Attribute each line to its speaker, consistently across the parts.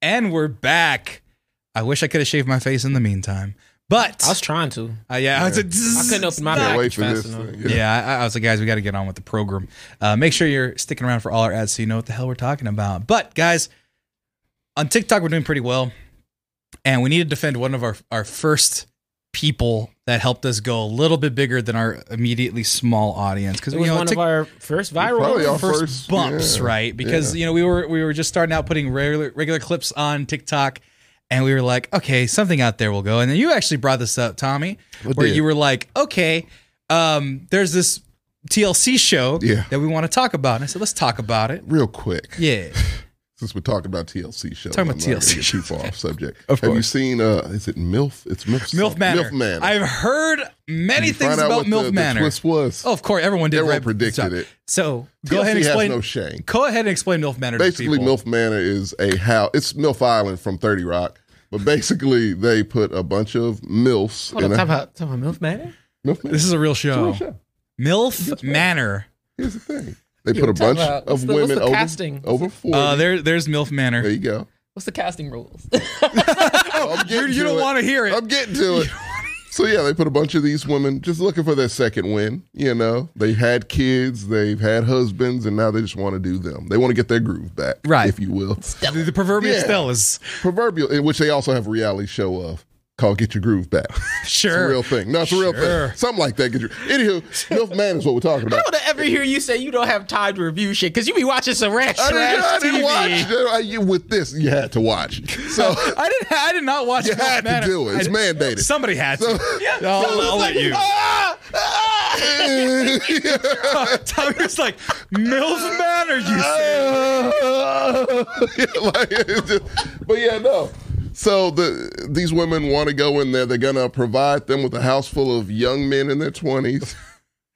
Speaker 1: And we're back. I wish I could have shaved my face in the meantime. But
Speaker 2: I was trying to.
Speaker 1: uh, yeah, I, was
Speaker 3: Yeah.
Speaker 1: like,
Speaker 2: I couldn't open my
Speaker 3: Can't wait
Speaker 2: package
Speaker 3: for
Speaker 2: fast
Speaker 3: this.
Speaker 2: enough.
Speaker 3: thing.
Speaker 1: Yeah, I, I was like, guys, we got to get on with the program. Uh, make sure you're sticking around for all our ads so you know what the hell we're talking about. But guys, on TikTok, we're doing pretty well, and we need to defend one of our our first people that helped us go a little bit bigger than our immediately small audience because
Speaker 2: It was one of our first
Speaker 3: Probably
Speaker 2: viral.
Speaker 3: our
Speaker 1: first,
Speaker 3: first-
Speaker 1: bumps,
Speaker 3: yeah,
Speaker 1: right? Because you know we were we were just starting out putting regular regular clips on TikTok, and we were like, okay, something out there will go. And then you actually brought this up, Tommy,
Speaker 3: What
Speaker 1: where
Speaker 3: did?
Speaker 1: you were like, okay, um, there's this TLC show
Speaker 3: Yeah.
Speaker 1: that we want to talk about, and I said, let's talk about it.
Speaker 3: Real quick,
Speaker 1: Yeah,
Speaker 3: since we're talking about TLC shows,
Speaker 1: Talking about
Speaker 3: I'm not gonna
Speaker 1: TLC
Speaker 3: get too far off subject.
Speaker 1: Of
Speaker 3: Have you
Speaker 1: course.
Speaker 3: seen? Uh, is it MILF? It's MILF.
Speaker 1: Milf
Speaker 3: something.
Speaker 1: Manor.
Speaker 3: MILF Manor.
Speaker 1: I've heard many
Speaker 3: You
Speaker 1: things
Speaker 3: find out
Speaker 1: about
Speaker 3: what
Speaker 1: Milf
Speaker 3: the,
Speaker 1: Manor.
Speaker 3: The twist was.
Speaker 1: oh, of course, everyone did.
Speaker 3: Everyone
Speaker 1: right-
Speaker 3: predicted it.
Speaker 1: So
Speaker 3: TLC
Speaker 1: go ahead and explain.
Speaker 3: Has no shame.
Speaker 1: go ahead and explain Milf Manor.
Speaker 3: Basically,
Speaker 1: to people.
Speaker 3: MILF Manor is a how it's MILF Island from Thirty Rock, but basically they put a bunch of milfs
Speaker 2: Hold on,
Speaker 3: in a
Speaker 2: talk about talk about MILF Manor.
Speaker 3: MILF Manor.
Speaker 1: This is a real show.
Speaker 3: Real show.
Speaker 1: Milf Manor.
Speaker 3: Here's the thing. They put a
Speaker 2: talk
Speaker 3: bunch
Speaker 2: about-
Speaker 3: of
Speaker 2: what's the- what's
Speaker 3: women
Speaker 2: the
Speaker 3: over,
Speaker 2: casting?
Speaker 3: over 40.
Speaker 1: Uh, there, there's Milf
Speaker 3: there
Speaker 1: Manor.
Speaker 3: you go.
Speaker 2: What's the casting rules?
Speaker 3: I'm
Speaker 1: You,
Speaker 3: getting
Speaker 1: you don't
Speaker 3: it.
Speaker 1: want to hear it.
Speaker 3: I'm getting to it. So yeah, they put a bunch of these women just looking for their second win. You know, they've had kids, they've had husbands, and now they just want to do them. They want to get their groove back,
Speaker 1: Right.
Speaker 3: If you will,
Speaker 1: The, the proverbial
Speaker 3: Yeah.
Speaker 1: Stella's.
Speaker 3: proverbial, in which they also have a reality show of called "Get Your Groove Back." It's
Speaker 1: Sure.
Speaker 3: a real thing. No, it's a real
Speaker 1: Sure.
Speaker 3: thing. Something like that. Get your anywho, MILF Man is what we're talking about.
Speaker 2: I don't ever hear you say you don't have time to review shit because you be watching some rat
Speaker 3: I didn't, I
Speaker 2: trash
Speaker 3: didn't
Speaker 2: TV.
Speaker 3: watch. I, you, with this, you had to watch. So
Speaker 1: I didn't. I did not watch.
Speaker 3: you
Speaker 1: Milf
Speaker 3: had
Speaker 1: Manor.
Speaker 3: to do it. It's
Speaker 1: I-
Speaker 3: mandated.
Speaker 1: Somebody had to.
Speaker 3: So-
Speaker 1: I'll, I'll let you.
Speaker 3: Ah! Ah!
Speaker 1: Tommy was like, Milf Manor. You said.
Speaker 3: Like, it's just- but yeah, no. So the these women want to go in there. They're gonna provide them with a house full of young men in their twenties.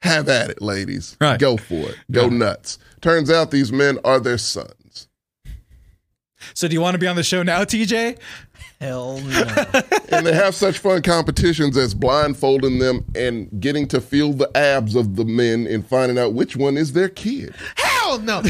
Speaker 3: Have at it, ladies.
Speaker 1: Right.
Speaker 3: Go for it. Go nuts. Turns out these men are their sons.
Speaker 1: So do you want to be on the show now, TJ?
Speaker 3: Oh,
Speaker 2: Hell no.
Speaker 3: And they have such fun competitions as blindfolding them and getting to feel the abs of the men and finding out which one is their kid.
Speaker 2: Hell no.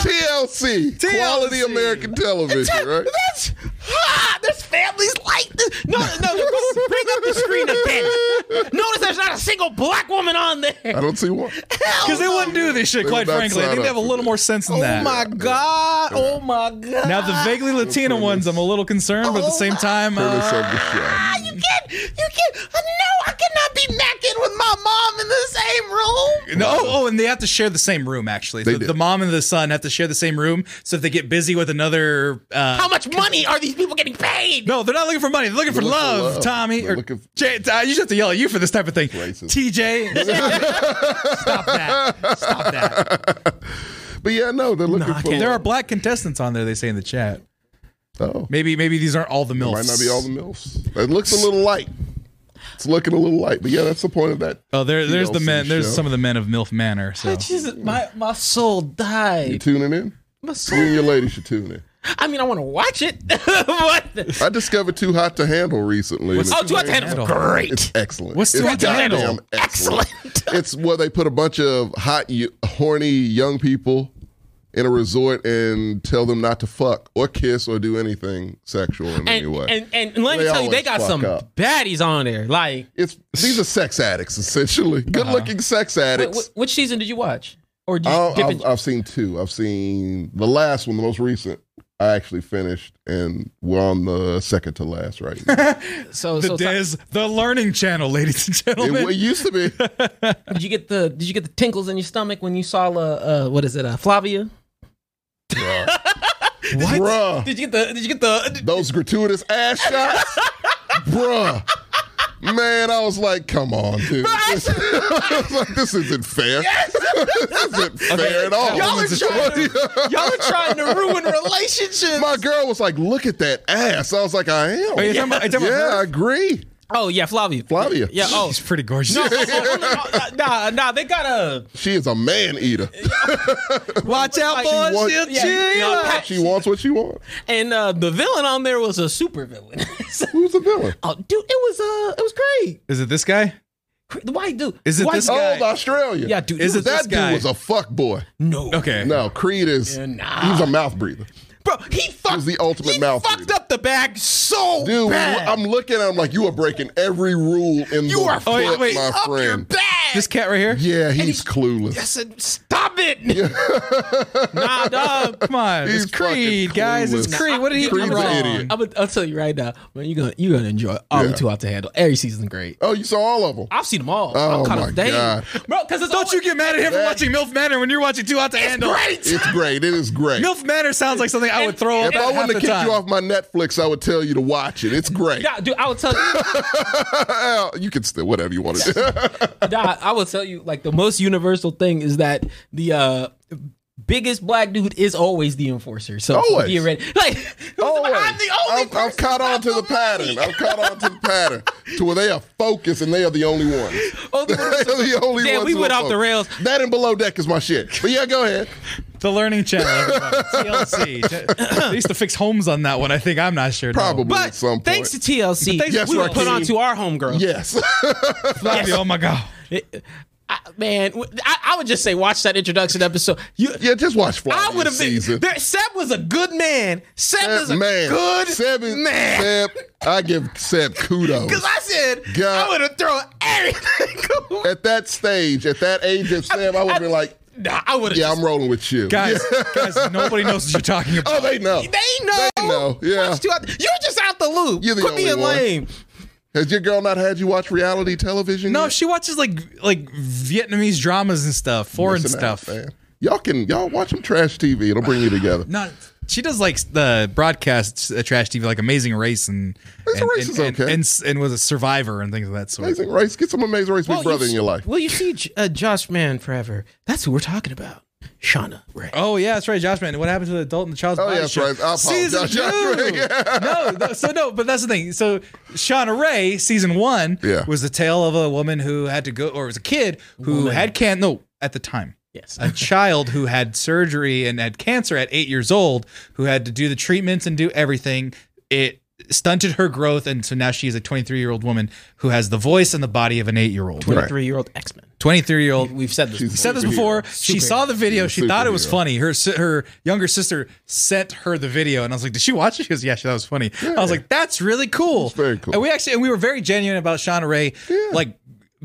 Speaker 3: TLC, quality American television, right?
Speaker 2: That's ah, there's families like this. No, no, go bring up the screen again. Notice there's not a single black woman on there.
Speaker 3: I don't see why.
Speaker 1: Because they wouldn't do this shit.
Speaker 3: They
Speaker 1: Quite
Speaker 3: would not
Speaker 1: frankly, I
Speaker 3: sign
Speaker 1: think they
Speaker 3: up
Speaker 1: have a
Speaker 3: for
Speaker 1: little
Speaker 3: this. Oh
Speaker 1: more sense than that.
Speaker 2: god. Oh my god.
Speaker 1: Now the vaguely Latina ones, I'm a little concerned, but at the
Speaker 3: Oh,
Speaker 1: same time,
Speaker 3: Premise
Speaker 1: uh,
Speaker 3: of the show.
Speaker 2: Ah, you can't. You can't. uh, No, I cannot be naked with my mom in the same room.
Speaker 1: No, oh, oh, and they have to share the same room. Actually,
Speaker 3: They
Speaker 1: the,
Speaker 3: do.
Speaker 1: the mom and the son have to share the same room. So if they get busy with another, uh,
Speaker 2: How much money are these people getting paid?
Speaker 1: no, they're not looking for money. They're looking for
Speaker 3: They're looking for
Speaker 1: love,
Speaker 3: love.
Speaker 1: Tommy.
Speaker 3: They're
Speaker 1: or
Speaker 3: looking for-
Speaker 1: J- uh, you just have to yell at you for this type of thing.
Speaker 3: Racist.
Speaker 1: TJ, stop that! Stop that!
Speaker 3: But yeah, no, they're looking
Speaker 2: I
Speaker 3: for.
Speaker 2: can't.
Speaker 1: There are black contestants on there. They say in the chat.
Speaker 3: oh,
Speaker 1: Maybe, maybe these aren't all the milfs.
Speaker 3: might not be all the milfs. It looks a little light. It's looking a little light, but yeah, that's the point of that.
Speaker 1: Oh, there, there's the
Speaker 3: TLC
Speaker 1: men. There's
Speaker 3: show.
Speaker 1: some of the men of Milf Manor. So
Speaker 2: Jesus, my my soul
Speaker 3: You
Speaker 2: died.
Speaker 3: tuning in?
Speaker 2: My
Speaker 3: You
Speaker 2: soul.
Speaker 3: and your lady should tune in.
Speaker 2: I mean, I want to watch it. what? The?
Speaker 3: I discovered Too Hot to Handle recently.
Speaker 1: What's-
Speaker 3: and
Speaker 2: Oh,
Speaker 3: it's-
Speaker 2: Two Hot to Handle. Great.
Speaker 3: It's excellent.
Speaker 1: What's
Speaker 3: It's
Speaker 1: Too Hot to Handle?
Speaker 3: goddamn
Speaker 2: Excellent.
Speaker 3: it's where they put a bunch of hot, y- horny young people in a resort and tell them not to fuck or kiss or do anything sexual in any
Speaker 2: And,
Speaker 3: way.
Speaker 2: and, and let me
Speaker 3: They
Speaker 2: tell you, they
Speaker 3: always
Speaker 2: got
Speaker 3: fuck
Speaker 2: some
Speaker 3: up.
Speaker 2: baddies on there. Like,
Speaker 3: it's these are sex addicts essentially. Good-looking sex
Speaker 2: wait,
Speaker 3: addicts.
Speaker 2: wh- which season did you watch? Or did you
Speaker 3: I'll-
Speaker 2: dip
Speaker 3: I've,
Speaker 2: in-
Speaker 3: I've seen two. I've seen the last one, the most recent. I actually finished, and we're on the second to last right now.
Speaker 2: so,
Speaker 1: the
Speaker 2: so Ty-
Speaker 1: Des, the Learning Channel, ladies and
Speaker 3: it,
Speaker 1: gentlemen.
Speaker 3: it used to be.
Speaker 2: did you get the did you get the tinkles in your stomach when you saw uh, uh what is it uh, Flavia?
Speaker 3: Bruh.
Speaker 2: Did you get the did you get the
Speaker 3: Those gratuitous ass shots. Bruh. Man, I was like, come on, dude. This, I was like, this isn't fair. this isn't fair at all.
Speaker 2: y'all are trying to, y'all are trying to ruin relationships.
Speaker 3: My girl was like, look at that ass. I was like, I am.
Speaker 1: Are you talking about- are you talking about
Speaker 3: yeah,
Speaker 1: her?
Speaker 3: I agree.
Speaker 2: oh yeah, Flavia.
Speaker 3: Flavia.
Speaker 2: Yeah. Oh.
Speaker 1: She's pretty gorgeous.
Speaker 2: oh, no, no, nah, nah, they got a
Speaker 3: She is a man eater.
Speaker 1: Watch out,
Speaker 2: Like,
Speaker 1: boys.
Speaker 3: she wa-
Speaker 1: she'll
Speaker 2: yeah,
Speaker 1: cheer you
Speaker 2: no,
Speaker 1: up.
Speaker 3: She wants what she wants.
Speaker 2: and uh, the villain on there was a super villain. So-
Speaker 3: Who's the villain?
Speaker 2: oh, dude, it was uh, it was great.
Speaker 1: Is it this guy?
Speaker 2: Cra- The white dude.
Speaker 1: Is it
Speaker 2: White Oh,
Speaker 1: this
Speaker 2: dude-
Speaker 1: guy?
Speaker 3: Old Australia.
Speaker 2: Yeah, dude.
Speaker 1: Is
Speaker 2: Is
Speaker 1: it
Speaker 2: it
Speaker 1: this
Speaker 3: that dude
Speaker 1: guy?
Speaker 3: was a fuck boy.
Speaker 2: no?
Speaker 1: Okay.
Speaker 3: No, Creed is
Speaker 2: Yeah, nah.
Speaker 3: he's a mouth breather.
Speaker 4: bro. He fucked
Speaker 3: was the ultimate
Speaker 4: he
Speaker 3: mouth
Speaker 4: fucked
Speaker 3: read.
Speaker 4: up the bag so
Speaker 3: Dude,
Speaker 4: bad.
Speaker 3: I'm looking. I'm like, you are breaking every rule in
Speaker 4: you
Speaker 3: the
Speaker 4: are
Speaker 3: book,
Speaker 4: fucking
Speaker 3: my
Speaker 4: up your
Speaker 3: friend.
Speaker 4: bag.
Speaker 1: This cat right here?
Speaker 3: Yeah, he's
Speaker 4: he-
Speaker 3: clueless.
Speaker 4: I said, stop it. nah, dog.
Speaker 1: Come on.
Speaker 3: He's
Speaker 1: it's Creed,
Speaker 3: fucking
Speaker 1: guys. It's
Speaker 3: clueless.
Speaker 1: Creed. What did he
Speaker 3: Creed's
Speaker 1: do
Speaker 3: an
Speaker 1: wrong?
Speaker 3: idiot.
Speaker 1: Uh,
Speaker 2: I'm gonna, I'll tell you right now, man. You're gonna you're gonna enjoy all
Speaker 3: Yeah.
Speaker 2: the two out the handle. Every season's great.
Speaker 3: Oh, you saw all of them.
Speaker 2: I've seen them all.
Speaker 3: Oh,
Speaker 2: I'm caught
Speaker 3: my
Speaker 2: up. Dang.
Speaker 3: God.
Speaker 2: bro. Because it's
Speaker 1: Don't you get mad at him for
Speaker 3: That-
Speaker 1: watching MILF Manor when you're watching Two Out to Handle.
Speaker 3: It's great. It is great.
Speaker 1: MILF Manor sounds like something I would throw up
Speaker 3: if I
Speaker 1: at half
Speaker 3: wouldn't
Speaker 1: the
Speaker 3: have kicked
Speaker 1: time.
Speaker 3: you off my Netflix, I would tell you to watch it. It's great. Uh,
Speaker 2: Nah, dude, I would tell you.
Speaker 3: you can still whatever you want to do.
Speaker 2: nah, I will tell you. Like the most universal thing is that the uh biggest black dude is always the enforcer. So
Speaker 3: Always.
Speaker 2: be ready. Like
Speaker 3: Always.
Speaker 2: I'm the only
Speaker 3: I've, I've caught on to the pattern. I've caught on to the pattern to where they are focused and they are the only ones.
Speaker 2: Only
Speaker 3: They are the only
Speaker 2: Damn,
Speaker 3: ones
Speaker 2: we
Speaker 3: who
Speaker 2: went
Speaker 3: are
Speaker 2: off the
Speaker 3: focused.
Speaker 2: rails.
Speaker 3: That and below deck is my shit. But yeah, go ahead.
Speaker 1: The Learning Channel, everybody. TLC. They used to fix homes on that one. I think I'm not sure. no.
Speaker 3: Probably
Speaker 2: But
Speaker 3: at some point.
Speaker 2: thanks to TLC,
Speaker 1: Thanks
Speaker 3: Yes,
Speaker 2: we were
Speaker 3: Rakeem.
Speaker 2: put on to our homegirl.
Speaker 3: yes.
Speaker 1: Flavio, Oh my god.
Speaker 2: It- I, man, w- I, I would just say watch that introduction episode. You,
Speaker 3: yeah, just watch Fly
Speaker 2: I would have been.
Speaker 3: season.
Speaker 2: There, Seb was a good man. Seb is a
Speaker 3: man,
Speaker 2: good
Speaker 3: Seb is-
Speaker 2: man.
Speaker 3: Seb, I give Seb kudos.
Speaker 2: Because I said
Speaker 3: God.
Speaker 2: I would have thrown everything. away.
Speaker 3: at that stage, at that age of Seb, I would have been like,
Speaker 2: nah, I would have.
Speaker 3: yeah, I'm rolling with you.
Speaker 1: Guys,
Speaker 3: Yeah.
Speaker 1: guys, nobody knows what you're talking about.
Speaker 3: Oh, they know.
Speaker 2: They know.
Speaker 3: They know, yeah.
Speaker 2: Watch two out- You're just out the loop.
Speaker 3: You're the
Speaker 2: Quit
Speaker 3: only
Speaker 2: being
Speaker 3: one.
Speaker 2: lame.
Speaker 3: Has your girl not had you watch reality television?
Speaker 1: No,
Speaker 3: yet?
Speaker 1: she watches like like Vietnamese dramas and stuff, foreign
Speaker 3: Listen out,
Speaker 1: stuff.
Speaker 3: man. Y'all can y'all watch some trash TV. It'll bring you together.
Speaker 1: Not she does like the broadcast uh, trash TV, like Amazing Race and
Speaker 3: Amazing
Speaker 1: and,
Speaker 3: Race
Speaker 1: and,
Speaker 3: is
Speaker 1: and,
Speaker 3: okay.
Speaker 1: and, and was a Survivor and things of that sort.
Speaker 3: Amazing race. Get some amazing race, big brother, in your life.
Speaker 2: Well, Oh, you see J- uh, Josh Man forever. That's who we're talking about. Shauna Ray.
Speaker 1: Oh yeah, that's right, Josh. Man, what happened to the adult and the child's
Speaker 3: Oh,
Speaker 1: body
Speaker 3: yeah, that's
Speaker 1: show?
Speaker 3: right. I
Speaker 1: Season
Speaker 3: apologize, Josh
Speaker 1: two.
Speaker 3: Ray.
Speaker 1: no, no, so no, but that's the thing. So Shauna Ray, season one,
Speaker 3: Yeah.
Speaker 1: was the tale of a woman who had to go, or it was a kid who had can no at the time.
Speaker 2: Yes.
Speaker 1: a child who had surgery and had cancer at eight years old, who had to do the treatments and do everything. It stunted her growth, and so now she is a 23 year old woman who has the voice and the body of an eight year old.
Speaker 2: 23 year old X Men.
Speaker 1: 23 year old.
Speaker 2: We've said this.
Speaker 3: She's-
Speaker 1: We
Speaker 2: before.
Speaker 1: said this before. She saw the video. She thought it was
Speaker 3: Superhero.
Speaker 1: funny. Her si- her younger sister sent her the video, and I was like, "Did she watch it?" She goes, "Yeah, she thought it was funny." I was like, "That's really cool."
Speaker 3: very cool.
Speaker 1: And we actually and we were very genuine about Shauna Ray, like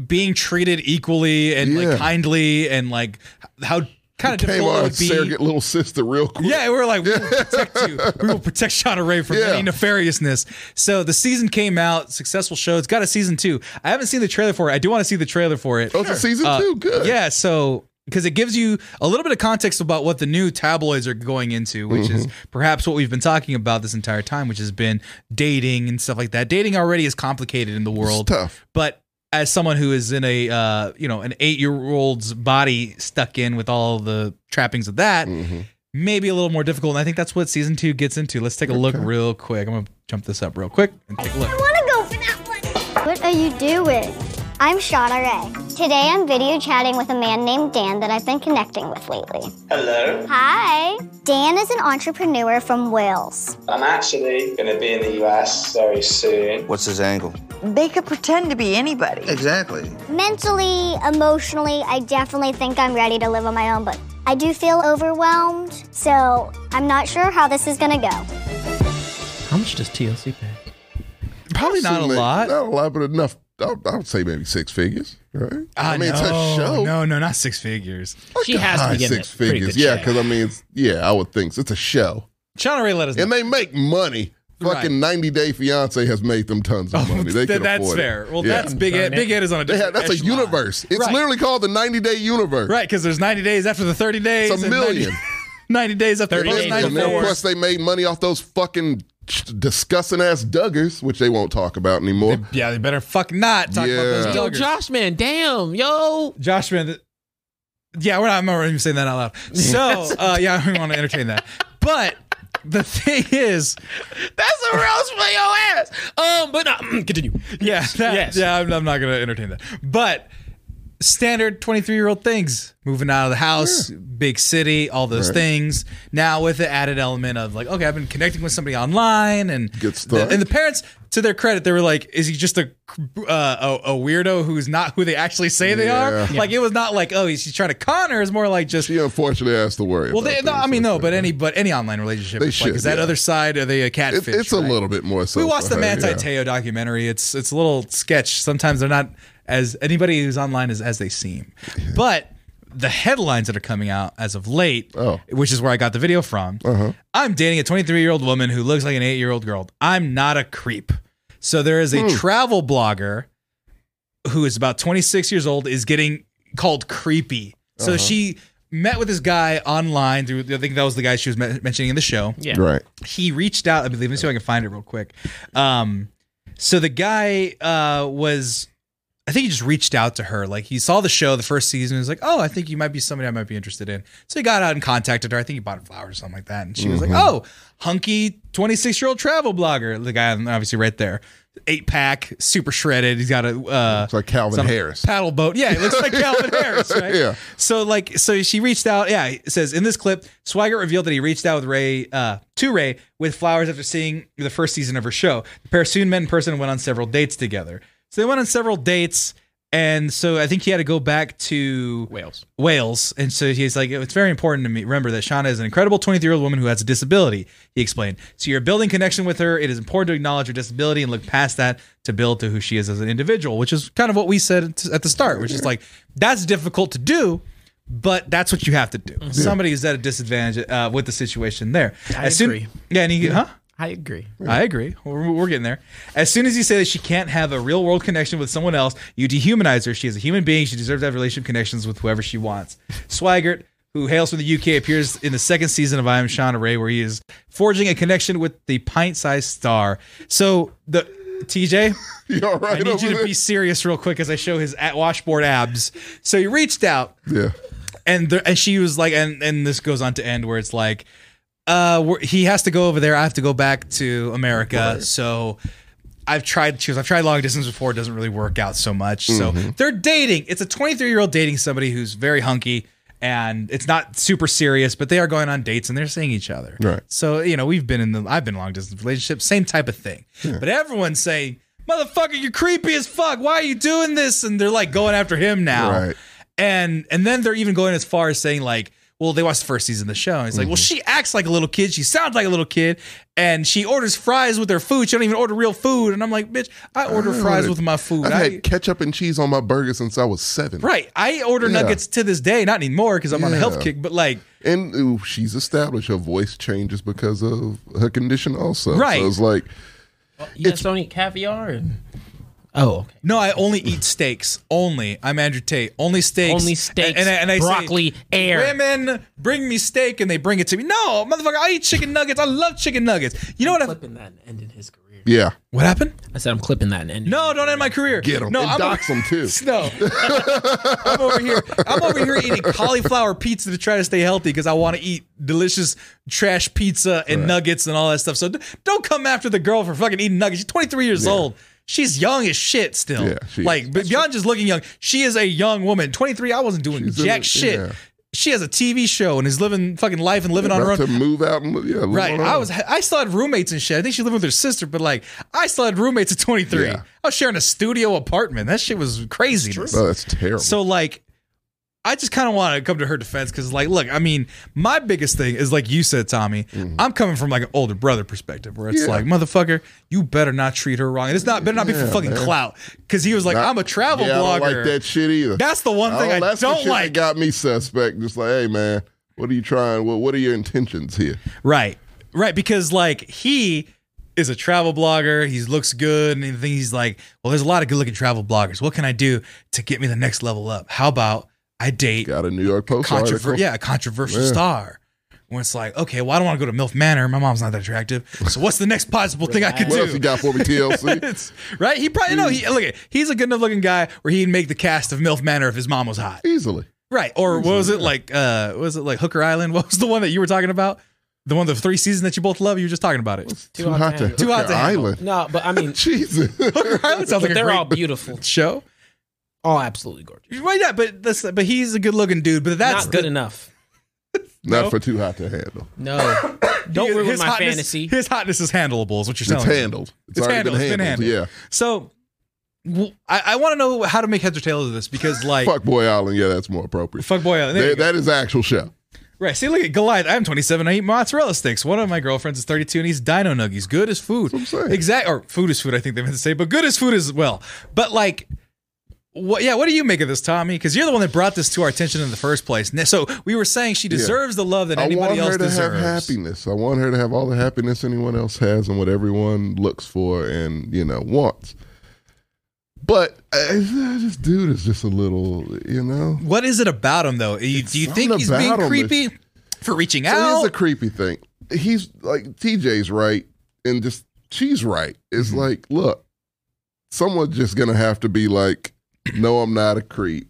Speaker 1: being treated equally and
Speaker 3: Yeah.
Speaker 1: like kindly and like how kind of
Speaker 3: Came
Speaker 1: difficult it
Speaker 3: on,
Speaker 1: would be.
Speaker 3: surrogate little sister, real quick.
Speaker 1: Yeah, we were like, we will protect you. We will protect Shauna Ray from
Speaker 3: Yeah.
Speaker 1: any nefariousness. So the season came out, successful show. It's got a season two. I haven't seen the trailer for it. I do want to see the trailer for it.
Speaker 3: Oh, it's a season
Speaker 1: Uh,
Speaker 3: two. Good.
Speaker 1: Yeah, so because it gives you a little bit of context about what the new tabloids are going into, which is
Speaker 3: Mm-hmm.
Speaker 1: perhaps what we've been talking about this entire time, which has been dating and stuff like that. Dating already is complicated in the world,
Speaker 3: tough.
Speaker 1: but as someone who is in a uh, you know an eight year old's body stuck in with all the trappings of that,
Speaker 3: Mm-hmm.
Speaker 1: maybe a little more difficult. And I think that's what season two gets into. Let's take a look real quick. I'm gonna jump this up real quick and take a look.
Speaker 5: want to go for that one.
Speaker 6: What are you doing?
Speaker 5: I'm Shauna Ray. Today I'm video chatting with a man named Dan that I've been connecting with lately.
Speaker 7: Hello.
Speaker 5: Hi. Dan is an entrepreneur from Wales.
Speaker 7: I'm actually going to be in the US very soon.
Speaker 8: What's his angle?
Speaker 9: They could pretend to be anybody.
Speaker 8: Exactly.
Speaker 5: Mentally, emotionally, I definitely think I'm ready to live on my own, but I do feel overwhelmed, so I'm not sure how this is going to go.
Speaker 2: How much does TLC pay?
Speaker 1: Probably not a
Speaker 3: Absolutely.
Speaker 1: lot.
Speaker 3: Not a lot, but enough. I, I would say maybe six figures, right?
Speaker 1: Ah,
Speaker 3: I mean, it's
Speaker 1: no,
Speaker 3: a show.
Speaker 1: No, no, not six figures.
Speaker 2: She has to
Speaker 3: High
Speaker 2: be getting
Speaker 3: Oh, six
Speaker 2: a pretty
Speaker 3: figures.
Speaker 2: good
Speaker 3: Yeah,
Speaker 2: check.
Speaker 3: because I mean, it's, yeah, I would think so. It's a show.
Speaker 1: Shauna Ray let us know.
Speaker 3: And they make money.
Speaker 1: Right. Oh,
Speaker 3: Fucking 90 Day Fiance has made them tons of money. They
Speaker 1: Th-
Speaker 3: can
Speaker 1: that's
Speaker 3: afford
Speaker 1: fair.
Speaker 3: It.
Speaker 1: Well,
Speaker 3: Yeah.
Speaker 1: that's Big Ed. Big Ed is on a
Speaker 3: They have,
Speaker 1: different.
Speaker 3: that's a
Speaker 1: echelon.
Speaker 3: universe. It's
Speaker 1: Right.
Speaker 3: literally called the 90 Day Universe.
Speaker 1: right? Because there's 90 days after the 30 days.
Speaker 3: It's a
Speaker 1: and 90
Speaker 3: million.
Speaker 1: 90 days after
Speaker 2: 30
Speaker 1: the
Speaker 2: days
Speaker 1: first
Speaker 2: is a
Speaker 3: And then,
Speaker 1: 94.
Speaker 3: of course, they made money off those fucking disgusting ass Duggars, which they won't talk about anymore.
Speaker 1: Yeah, they better fuck not talk
Speaker 3: Yeah.
Speaker 1: about
Speaker 2: Yo,
Speaker 1: those doggers.
Speaker 2: Josh Man, damn, yo.
Speaker 1: Josh, man. th- Yeah, we're not, I'm not even saying that out loud. So, uh, yeah, I don't want to entertain that. But the thing is,
Speaker 2: That's a roast for your ass. Um, but no, continue.
Speaker 1: yeah, that,
Speaker 2: Yes.
Speaker 1: yeah, I'm, I'm not going to entertain that. But standard 23 year old things moving out of the house big city all those
Speaker 3: Right.
Speaker 1: things now with the added element of like okay i've been connecting with somebody online and
Speaker 3: Get stuck.
Speaker 1: the- and the parents to their credit they were like is he just a uh, a, a weirdo who's not who they actually say they
Speaker 3: Yeah.
Speaker 1: are like it was not like oh he's she's trying to con her it's more like just
Speaker 3: She unfortunately has to worry.
Speaker 1: well
Speaker 3: about
Speaker 1: they, no,
Speaker 3: things
Speaker 1: i mean
Speaker 3: like
Speaker 1: no
Speaker 3: that.
Speaker 1: but any but any online relationship
Speaker 3: They
Speaker 1: it's like,
Speaker 3: should,
Speaker 1: is that
Speaker 3: yeah.
Speaker 1: other side are they a
Speaker 3: It-
Speaker 1: catfish
Speaker 3: it's a
Speaker 1: right?
Speaker 3: little bit more. so
Speaker 1: we
Speaker 3: for
Speaker 1: watched the
Speaker 3: her,
Speaker 1: Manti
Speaker 3: yeah.
Speaker 1: Teo documentary. It's it's a little sketch. Sometimes they're not as anybody who's online is as they seem. But the headlines that are coming out as of late,
Speaker 3: Oh. Uh-huh.
Speaker 1: which is where I got the video from. I'm dating a 23 year old woman who looks like an eight year old girl. I'm not a creep. So there is a
Speaker 3: Hmm.
Speaker 1: travel blogger who is about 26 years old is getting called creepy.
Speaker 3: Uh-huh.
Speaker 1: So she met with this guy online through. I think that was the guy she was men- mentioning in the show
Speaker 3: Right.
Speaker 1: he reached out. I believe. Let me see if I can find it real quick. Um, so the guy uh, was, I think he just reached out to her. Like he saw the show the first season. and was like, oh, I think you might be somebody I might be interested in. So he got out and contacted her. I think he bought her flowers or something like that. And she was like,
Speaker 3: Mm-hmm.
Speaker 1: oh, hunky twenty six year old travel blogger. The guy obviously right there, eight pack, super shredded. He's got a uh,
Speaker 3: It's like Calvin
Speaker 1: some
Speaker 3: Harris.
Speaker 1: paddle boat. Yeah, it looks like Calvin Harris, right?
Speaker 3: Yeah.
Speaker 1: So like, so she reached out. Yeah, it says in this clip, Swigert revealed that he reached out with Ray uh, to Ray with flowers after seeing the first season of her show. The pair soon met in person and went on several dates together. So they went on several dates, and so I think he had to go back to
Speaker 2: Wales.
Speaker 1: Wales. And so he's like, it's very important to me. Remember that Shauna is an incredible 23 year old woman who has a disability, he explained. So you're building connection with her. It is important to acknowledge her disability and look past that to build to who she is as an individual, which is kind of what we said at- at the start, which is like, that's difficult to do. But that's what you have to do. Somebody who's at a disadvantage uh, with the situation there. I
Speaker 2: agree.
Speaker 1: Yeah, and he, huh?
Speaker 2: I agree.
Speaker 1: I agree. We're, we're getting there. As soon as you say that she can't have a real world connection with someone else, you dehumanize her. She is a human being. She deserves to have relationship connections with whoever she wants. Swigert, who hails from the UK, appears in the second season of I Am Shauna Ray, where he is forging a connection with the pint sized star. So, the TJ,
Speaker 3: You all right
Speaker 1: I need
Speaker 3: over
Speaker 1: you to
Speaker 3: there?
Speaker 1: be serious real quick as I show his at washboard abs. So, he reached out
Speaker 3: yeah.
Speaker 1: and there, and she was like, and and this goes on to end where it's like, uh, we're, he has to go over there. I have to go back to America. So I've tried. She was, I've tried long distance before. It doesn't really work out so much. So they're dating. It's a 23 year old dating somebody who's very hunky. And it's not super serious, but they are going on dates and they're seeing each other.
Speaker 3: Right.
Speaker 1: So you know we've been in the I've been in long distance relationships, same type of thing. But everyone's saying, "Motherfucker, you're creepy as fuck. Why are you doing this?" And they're like going after him now
Speaker 3: Right.
Speaker 1: and and then they're even going as far as saying like well they watched the first season of the show and it's like well
Speaker 3: Mm-hmm.
Speaker 1: she acts like a little kid she sounds like a little kid and she orders fries with her food she don't even order real food and i'm like bitch i order fries with my food
Speaker 3: I've
Speaker 1: I-
Speaker 3: had ketchup and cheese on my burger since I was seven.
Speaker 1: right i order
Speaker 3: Yeah.
Speaker 1: nuggets to this day not anymore because i'm on a health
Speaker 3: Yeah.
Speaker 1: kick but like
Speaker 3: And ooh, she's established her voice changes because of her condition also.
Speaker 1: Right.
Speaker 3: So it's like
Speaker 2: You just don't eat caviar. And... Oh, okay.
Speaker 1: no i only eat steaks only i'm andrew tate only steaks
Speaker 2: Only steaks,
Speaker 1: I- I say,
Speaker 2: broccoli, air.
Speaker 1: women bring me steak and they bring it to me no motherfucker i eat chicken nuggets i love chicken nuggets you know what I,
Speaker 2: clipping that and ending his career.
Speaker 3: yeah.
Speaker 1: what happened
Speaker 2: I said I'm clipping that and ending.
Speaker 1: no don't end my career
Speaker 3: Get them.
Speaker 1: no
Speaker 3: and
Speaker 1: I'm a-
Speaker 3: dox them too.
Speaker 1: No, I'm over here. I'm over here eating cauliflower pizza to try to stay healthy because I want to eat delicious trash pizza and nuggets and all that stuff. So d- don't come after the girl for fucking eating nuggets. She's 23 years old. She's young as shit still.
Speaker 3: Yeah, she
Speaker 1: like
Speaker 3: is.
Speaker 1: but beyond just looking young, she is a young woman. 23. I wasn't doing
Speaker 3: She's in
Speaker 1: jack
Speaker 3: it,
Speaker 1: shit.
Speaker 3: yeah.
Speaker 1: She has a TV show and is living fucking life and living on her
Speaker 3: About
Speaker 1: own.
Speaker 3: to move out and yeah, live
Speaker 1: Right.
Speaker 3: on her
Speaker 1: I
Speaker 3: own.
Speaker 1: was I still had roommates and shit. I think she lived with her sister, but like I still had roommates at 23.
Speaker 3: Yeah.
Speaker 1: I was sharing a studio apartment. That shit was craziness.
Speaker 3: Oh, that's terrible.
Speaker 1: So like I just kind of want to come to her defense because, like, look, I mean, my biggest thing is like you said, Tommy. I'm coming from like an older brother perspective, where it's
Speaker 3: Mm-hmm. Yeah.
Speaker 1: like, motherfucker, you better not treat her wrong, and it's not better not be for
Speaker 3: Yeah,
Speaker 1: fucking
Speaker 3: man.
Speaker 1: clout. Because he was like,
Speaker 3: Not-
Speaker 1: I'm a travel
Speaker 3: yeah,
Speaker 1: blogger.
Speaker 3: I don't like that shit either. Oh,
Speaker 1: That's the one thing I
Speaker 3: that's the
Speaker 1: don't
Speaker 3: shit that
Speaker 1: like.
Speaker 3: got me suspect. Just like, hey man, what are you trying? What what are your intentions here?
Speaker 1: Right. Right. Because like he is a travel blogger. He looks good and everything. He's like, well, there's a lot of good looking travel bloggers. What can I do to get me the next level up? How about I date
Speaker 3: Got a New York Post
Speaker 1: controver-
Speaker 3: article.
Speaker 1: yeah, a controversial
Speaker 3: Yeah.
Speaker 1: star? When it's like, okay, well, I don't want to go to MILF Manor. My mom's not that attractive. So what's the next possible thing I could
Speaker 3: What else
Speaker 1: do?
Speaker 3: you got for me, TLC?
Speaker 1: It's- right? He probably no. He look. He's a good enough looking guy where he'd make the cast of MILF Manor if his mom was hot.
Speaker 3: Easily.
Speaker 1: Right. Or what was it like uh what was it like Hooker Island? What was the one that you were talking about? The one the three seasons that you both love? You were just talking about it.
Speaker 3: Too hot to
Speaker 1: Too hot
Speaker 3: hook
Speaker 1: to
Speaker 3: an
Speaker 1: handle.
Speaker 3: island.
Speaker 2: No, but I mean,
Speaker 3: Jesus.
Speaker 1: Hooker Island sounds like a
Speaker 2: they're
Speaker 1: great
Speaker 2: all beautiful.
Speaker 1: show.
Speaker 2: Oh, absolutely gorgeous.
Speaker 1: Why not? But that's, but he's a good looking dude. But that's
Speaker 2: Not good
Speaker 1: the-
Speaker 2: enough.
Speaker 3: Not
Speaker 1: No.
Speaker 3: for too hot to handle.
Speaker 2: No, don't ruin my
Speaker 1: hotness,
Speaker 2: fantasy.
Speaker 1: His hotness is handleable. Is what you're
Speaker 3: It's
Speaker 1: telling. me.
Speaker 3: handled. It's, already been handled.
Speaker 1: So w- I, want to know how to make heads or tails of this because like
Speaker 3: Yeah. Fuck Boy Island. Yeah, that's more appropriate.
Speaker 1: fuck boy, there
Speaker 3: That-
Speaker 1: you go.
Speaker 3: that is the actual show.
Speaker 1: right? See, look at Goliath. I'm 27. I eat mozzarella sticks. One of my girlfriends is 32 and he's dino nuggies. Good as food.
Speaker 3: That's what I'm saying.
Speaker 1: Exact or food is food. I think they meant to say, but good as food as well. But like. What, yeah, what do you make of this, Tommy? Because you're the one that brought this to our attention in the first place. N- So we were saying she deserves the love that
Speaker 3: I
Speaker 1: anybody
Speaker 3: want
Speaker 1: else
Speaker 3: her to
Speaker 1: deserves.
Speaker 3: have happiness. I want her to have all the happiness anyone else has and what everyone looks for and you know wants. But uh, this dude is just a little, you know.
Speaker 1: What is it about him though? You, do you
Speaker 3: something
Speaker 1: think he's being
Speaker 3: about him is-
Speaker 1: creepy for reaching
Speaker 3: So
Speaker 1: out?
Speaker 3: here's the creepy thing. He's like TJ's right, and just she's right.
Speaker 1: Mm-hmm.
Speaker 3: It's like, look, someone's just gonna have to be like, no, I'm not a creep.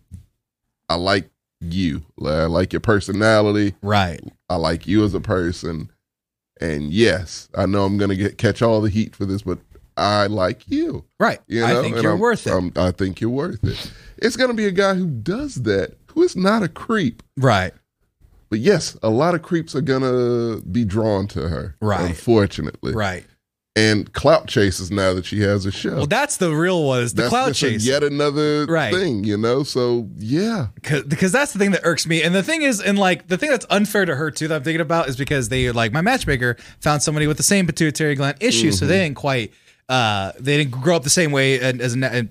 Speaker 3: I like you. I like your personality.
Speaker 1: right.
Speaker 3: I like you as a person. And yes, I know I'm gonna get catch all the heat for this, but I like you.
Speaker 1: Right.
Speaker 3: You
Speaker 1: I
Speaker 3: know?
Speaker 1: think
Speaker 3: And
Speaker 1: you're
Speaker 3: I'm-
Speaker 1: worth it.
Speaker 3: I'm- I think you're worth it. It's gonna be a guy who does that, who is not a creep.
Speaker 1: right.
Speaker 3: But yes, a lot of creeps are gonna be drawn to her.
Speaker 1: Right.
Speaker 3: Unfortunately.
Speaker 1: Right.
Speaker 3: And clout chases now that she has a show.
Speaker 1: Well, that's the real one is the
Speaker 3: That's
Speaker 1: cloud
Speaker 3: just a
Speaker 1: chase.
Speaker 3: Yet another
Speaker 1: Right.
Speaker 3: thing, you know? So yeah.
Speaker 1: because that's the thing that irks me. And the thing is, and like the thing that's unfair to her too that I'm thinking about is because they like my matchmaker found somebody with the same pituitary gland issue, so they didn't quite uh they didn't grow up the same way and as a na- a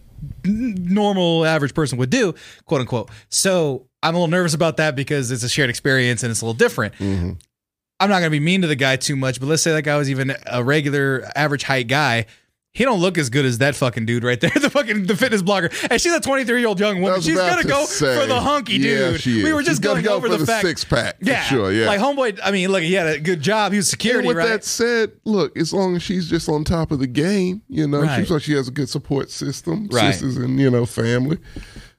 Speaker 1: normal average person would do, quote unquote. So I'm a little nervous about that because it's a shared experience and it's a little different. I'm not gonna be mean to the guy too much, but let's say that guy was even a regular average height guy. He don't look as good as that fucking dude right there, the fucking the fitness blogger. And she's a 23 year old young
Speaker 3: I
Speaker 1: woman.
Speaker 3: was
Speaker 1: She's
Speaker 3: about
Speaker 1: gonna
Speaker 3: to
Speaker 1: go
Speaker 3: say,
Speaker 1: for the hunky
Speaker 3: yeah,
Speaker 1: dude.
Speaker 3: She is.
Speaker 1: We were
Speaker 3: She's
Speaker 1: just
Speaker 3: gonna
Speaker 1: going
Speaker 3: go
Speaker 1: over
Speaker 3: for
Speaker 1: the, fact.
Speaker 3: six pack. for
Speaker 1: yeah,
Speaker 3: sure. Yeah.
Speaker 1: Like homeboy, I mean, look, he had a good job. He was security,
Speaker 3: And with
Speaker 1: right?
Speaker 3: that said, look, as long as she's just on top of the game, you know,
Speaker 1: Right.
Speaker 3: she's like she has a good support system,
Speaker 1: Right.
Speaker 3: sisters and you know, family.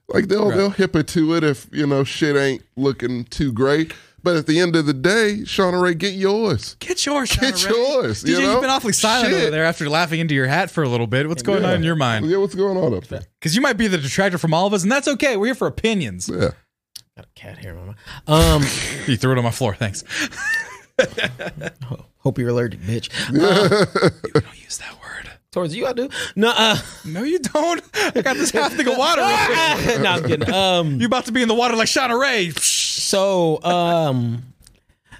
Speaker 3: Like they'll they'll hip her to it if you know shit ain't looking too great. But at the end of the day, Shauna Ray, get yours.
Speaker 1: Get yours, Sean
Speaker 3: Get
Speaker 1: Ray.
Speaker 3: yours,
Speaker 1: DJ,
Speaker 3: you know?
Speaker 1: have been awfully silent
Speaker 3: Shit.
Speaker 1: over there after laughing into your hat for a little bit. What's going on in your mind?
Speaker 3: Yeah, what's going on up there?
Speaker 1: Because you might be the detractor from all of us, and that's okay. We're here for opinions.
Speaker 3: Yeah,
Speaker 2: Got a cat hair, mama. Um,
Speaker 1: you threw it on my floor. Thanks.
Speaker 2: hope you're allergic, bitch. Uh,
Speaker 1: We don't use that word.
Speaker 2: Towards you, I do. No, uh,
Speaker 1: No, you don't. I got this half thing of water. real quick.
Speaker 2: no, I'm kidding. Um,
Speaker 1: You about to be in the water like Sean Ray.
Speaker 2: So, um,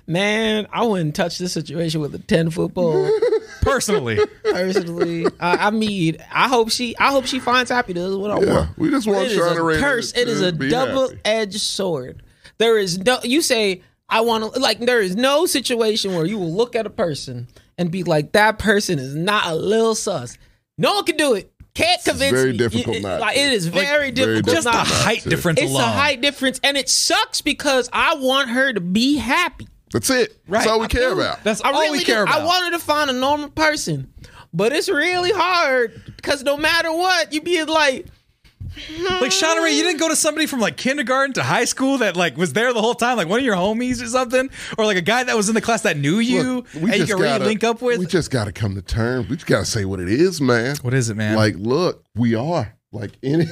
Speaker 2: man, I wouldn't touch this situation with a ten foot pole.
Speaker 1: Personally,
Speaker 2: Personally, I, I mean, I hope she, I hope she finds happiness. Is what I
Speaker 3: yeah.
Speaker 2: want.
Speaker 3: We just
Speaker 2: It
Speaker 3: want
Speaker 2: is a
Speaker 3: Shauna Ray. to-
Speaker 2: curse. It is
Speaker 3: to
Speaker 2: a
Speaker 3: be
Speaker 2: double
Speaker 3: happy.
Speaker 2: edged sword. There is no. You say I want to like. There is no situation where you will look at a person and be like, that person is not a little sus. No one can do it. Can't convince
Speaker 3: very
Speaker 2: me.
Speaker 3: difficult
Speaker 2: It-
Speaker 3: not
Speaker 2: like,
Speaker 3: to.
Speaker 2: it is very difficult.
Speaker 1: just the
Speaker 2: not to.
Speaker 1: height
Speaker 3: Dude.
Speaker 1: difference
Speaker 2: It's
Speaker 1: alone.
Speaker 2: a height difference, and it sucks because I want her to be happy.
Speaker 3: That's it. That's all we care about.
Speaker 1: That's all
Speaker 2: really
Speaker 1: we care
Speaker 2: do.
Speaker 1: about.
Speaker 2: I wanted to find a normal person, but it's really hard because no matter what, you be like,
Speaker 1: Like Shauna Ray, you didn't go to somebody from like kindergarten to high school that like was there the whole time, like one of your homies or something, or like a guy that was in the class that knew you
Speaker 3: Look,
Speaker 1: and you can really link up with.
Speaker 3: We just gotta come to terms. We just gotta say what it is, man.
Speaker 1: what is it, man?
Speaker 3: Like, look, we are like any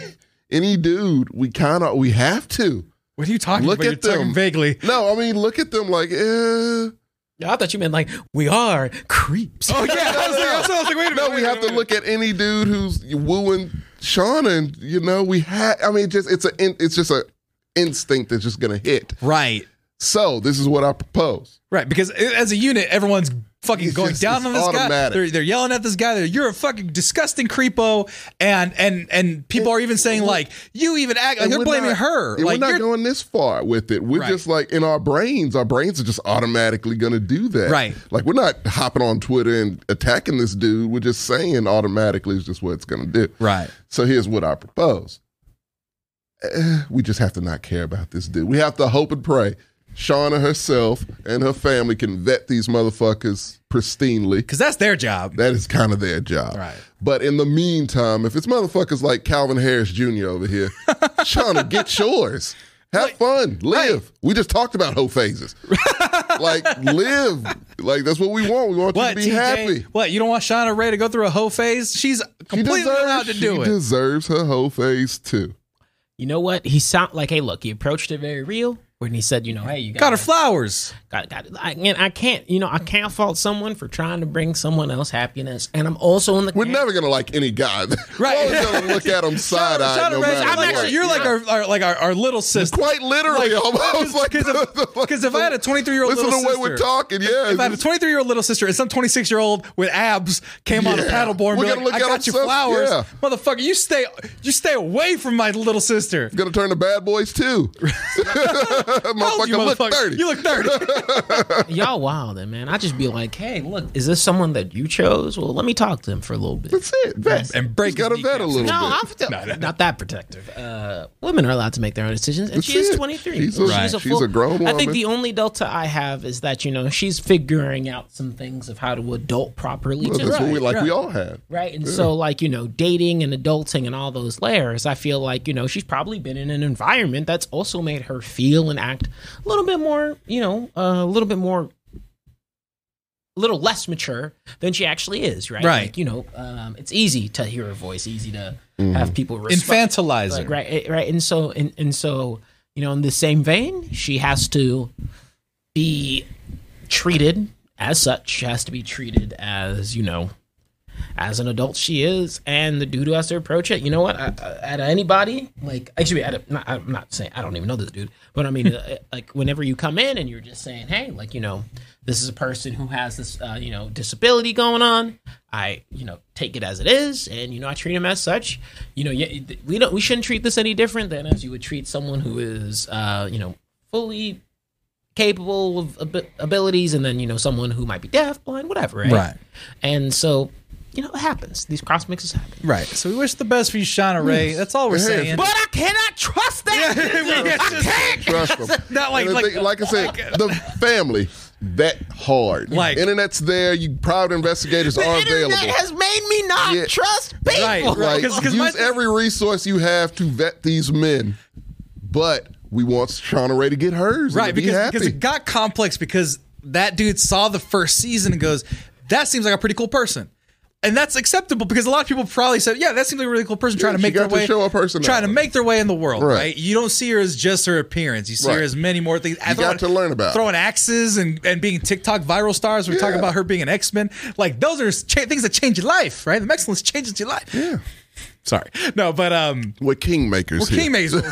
Speaker 3: any dude. We kind of we have to
Speaker 1: what are you talking
Speaker 3: look
Speaker 1: about? You're
Speaker 3: at them
Speaker 1: talking vaguely.
Speaker 3: No, I mean, look at them like, eh.
Speaker 2: I thought you meant like we are creeps.
Speaker 1: Oh yeah, I was like, I was like, wait a minute.
Speaker 3: No, we have to look at any dude who's wooing Shauna, and you know, we have. I mean, just it's a in- it's just a instinct that's just gonna hit.
Speaker 1: Right,
Speaker 3: So this is what I propose.
Speaker 1: right, because i- as a unit, everyone's fucking
Speaker 3: It's
Speaker 1: going
Speaker 3: just-
Speaker 1: down
Speaker 3: it's
Speaker 1: on this guy.
Speaker 3: automatic.
Speaker 1: They're, they're yelling at this guy. They're, You're a fucking disgusting creepo, and and and people are even saying like you even act. Like,
Speaker 3: And
Speaker 1: they're
Speaker 3: we're
Speaker 1: blaming
Speaker 3: not-
Speaker 1: her.
Speaker 3: and
Speaker 1: Like
Speaker 3: we're
Speaker 1: you're
Speaker 3: not going this far with it. We're
Speaker 1: Right.
Speaker 3: just like in our brains. Our brains are just automatically going to do that.
Speaker 1: Right.
Speaker 3: Like we're not hopping on Twitter and attacking this dude. We're just saying automatically is just what it's going to do.
Speaker 1: right.
Speaker 3: So here's what I propose. Eh, we just have to not care about this dude. We have to hope and pray. Shauna herself and her family can vet these motherfuckers pristinely.
Speaker 1: Because that's their job.
Speaker 3: That is kind of their job.
Speaker 1: Right.
Speaker 3: But in the meantime, if it's motherfuckers like Calvin Harris Jr. over here, Shauna, get yours. Have fun. Live. We just talked about hoe phases. like, live. Like, that's what we want. We want
Speaker 1: What
Speaker 3: you to
Speaker 1: TJ?
Speaker 3: be happy.
Speaker 1: What you don't want Shauna Ray to go through a hoe phase? She's completely allowed to
Speaker 3: she
Speaker 1: do it.
Speaker 3: deserves her hoe phase too.
Speaker 2: you know what? He sound like, hey, look, he approached it very real. When he said, you know, hey, you got
Speaker 1: Got her flowers.
Speaker 2: got, got I, and I can't, you know, I can't fault someone for trying to bring someone else happiness. And I'm also in the
Speaker 3: We're
Speaker 2: camp-
Speaker 3: never gonna like any guy.
Speaker 1: Right.
Speaker 3: We're always gonna look at him side eye.
Speaker 1: Shout
Speaker 3: No
Speaker 1: out, Reg.
Speaker 3: matter
Speaker 1: I'm
Speaker 3: what.
Speaker 1: actually, you're like our, our like our, our little sister.
Speaker 3: quite literally almost like
Speaker 1: Because if, 'cause if I had a 23 year old
Speaker 3: Oh listen
Speaker 1: little
Speaker 3: to the way
Speaker 1: sister,
Speaker 3: we're talking. Yeah,
Speaker 1: if I had a 23 year old little sister and some 26 year old with abs came on a
Speaker 3: Yeah.
Speaker 1: paddleboard, and
Speaker 3: We're
Speaker 1: be like,
Speaker 3: gonna look
Speaker 1: I
Speaker 3: at
Speaker 1: got you
Speaker 3: ourselves-
Speaker 1: flowers,
Speaker 3: yeah.
Speaker 1: motherfucker. You stay, you stay away from my little sister.
Speaker 3: gonna turn to bad boys too.
Speaker 1: How old
Speaker 3: motherfucker,
Speaker 1: you,
Speaker 3: look
Speaker 1: motherfucker?
Speaker 3: thirty.
Speaker 1: You look 30.
Speaker 2: y'all wild, man. I just be like, hey, look, is this someone that you chose? Well, let me talk to him for a little bit.
Speaker 3: That's it. Vet.
Speaker 1: And break
Speaker 3: got a
Speaker 1: his
Speaker 3: vet a
Speaker 1: kneecaps.
Speaker 3: little
Speaker 2: No,
Speaker 3: bit.
Speaker 2: I'm still, not that protective. Uh, women are allowed to make their own decisions, and
Speaker 3: That's
Speaker 2: she is
Speaker 3: it.
Speaker 2: 23.
Speaker 3: She's a-
Speaker 1: Right.
Speaker 3: she's a grown
Speaker 2: I think
Speaker 3: woman.
Speaker 2: the only delta I have is that you know she's figuring out some things of how to adult properly.
Speaker 3: Well,
Speaker 2: too.
Speaker 3: that's what we like.
Speaker 1: right.
Speaker 3: We all have.
Speaker 2: Right. And so, like, you know, dating and adulting and all those layers, I feel like, you know, she's probably been in an environment that's also made her feel and act a little bit more, you know, uh, a little bit more, a little less mature than she actually is. Right.
Speaker 1: Right.
Speaker 2: Like, you know, um, it's easy to hear her voice, easy to have people respect.
Speaker 1: Infantilizer.
Speaker 2: Like, right, eh, right, and so, and, and so, you know, in the same vein, she has to be treated as such. She has to be treated as you know, as an adult she is, and the dude who has to approach it. You know what? I, I, at anybody, like, actually, at a, not, I'm not saying I don't even know this dude, but I mean, uh, like, whenever you come in and you're just saying, hey, like, you know, this is a person who has this, uh, you know, disability going on. I, you know, take it as it is, and you know, I treat him as such. You know, yeah, we don't, we shouldn't treat this any different than as you would treat someone who is, uh, you know, fully capable of ab- abilities, and then you know, someone who might be deaf, blind, whatever, right?
Speaker 1: Right.
Speaker 2: And so, you know, it happens. These cross mixes happen.
Speaker 1: Right. So we wish the best for you, Shauna Ray.
Speaker 3: Hmm.
Speaker 1: That's all we're saying.
Speaker 2: But I cannot trust that.
Speaker 1: it's
Speaker 2: I
Speaker 1: just-
Speaker 2: can't.
Speaker 3: Trust them.
Speaker 1: Not like-
Speaker 3: And the
Speaker 1: like-
Speaker 3: thing- I said, the family that hard.
Speaker 1: Like-
Speaker 3: internet's there. You private investigators
Speaker 2: The
Speaker 3: are
Speaker 2: internet
Speaker 3: available.
Speaker 2: has made me not
Speaker 3: Yeah.
Speaker 2: trust people.
Speaker 1: Right, right.
Speaker 3: like
Speaker 1: 'Cause- 'cause my
Speaker 3: use
Speaker 1: thing-
Speaker 3: every resource you have to vet these men, but we want Shauna Ray to get hers. and
Speaker 1: right
Speaker 3: to be
Speaker 1: because,
Speaker 3: happy.
Speaker 1: because it got complex because that dude saw the first season and goes that seems like a pretty cool person and that's acceptable because a lot of people probably said yeah that seems like a really cool person trying to
Speaker 3: she
Speaker 1: make their
Speaker 3: got to
Speaker 1: way
Speaker 3: show her personality.
Speaker 1: trying to make their way in the world right,
Speaker 3: Right.
Speaker 1: you don't see her as just her appearance you see her
Speaker 3: Right.
Speaker 1: as many more things you
Speaker 3: got to learn about
Speaker 1: throwing axes and, and being tiktok viral stars we talk
Speaker 3: Yeah.
Speaker 1: about her being an x-men like those are cha- things that change your life right the excellence changes your life yeah sorry no but um
Speaker 3: We're kingmakers
Speaker 1: we're
Speaker 3: here.
Speaker 1: king mazels.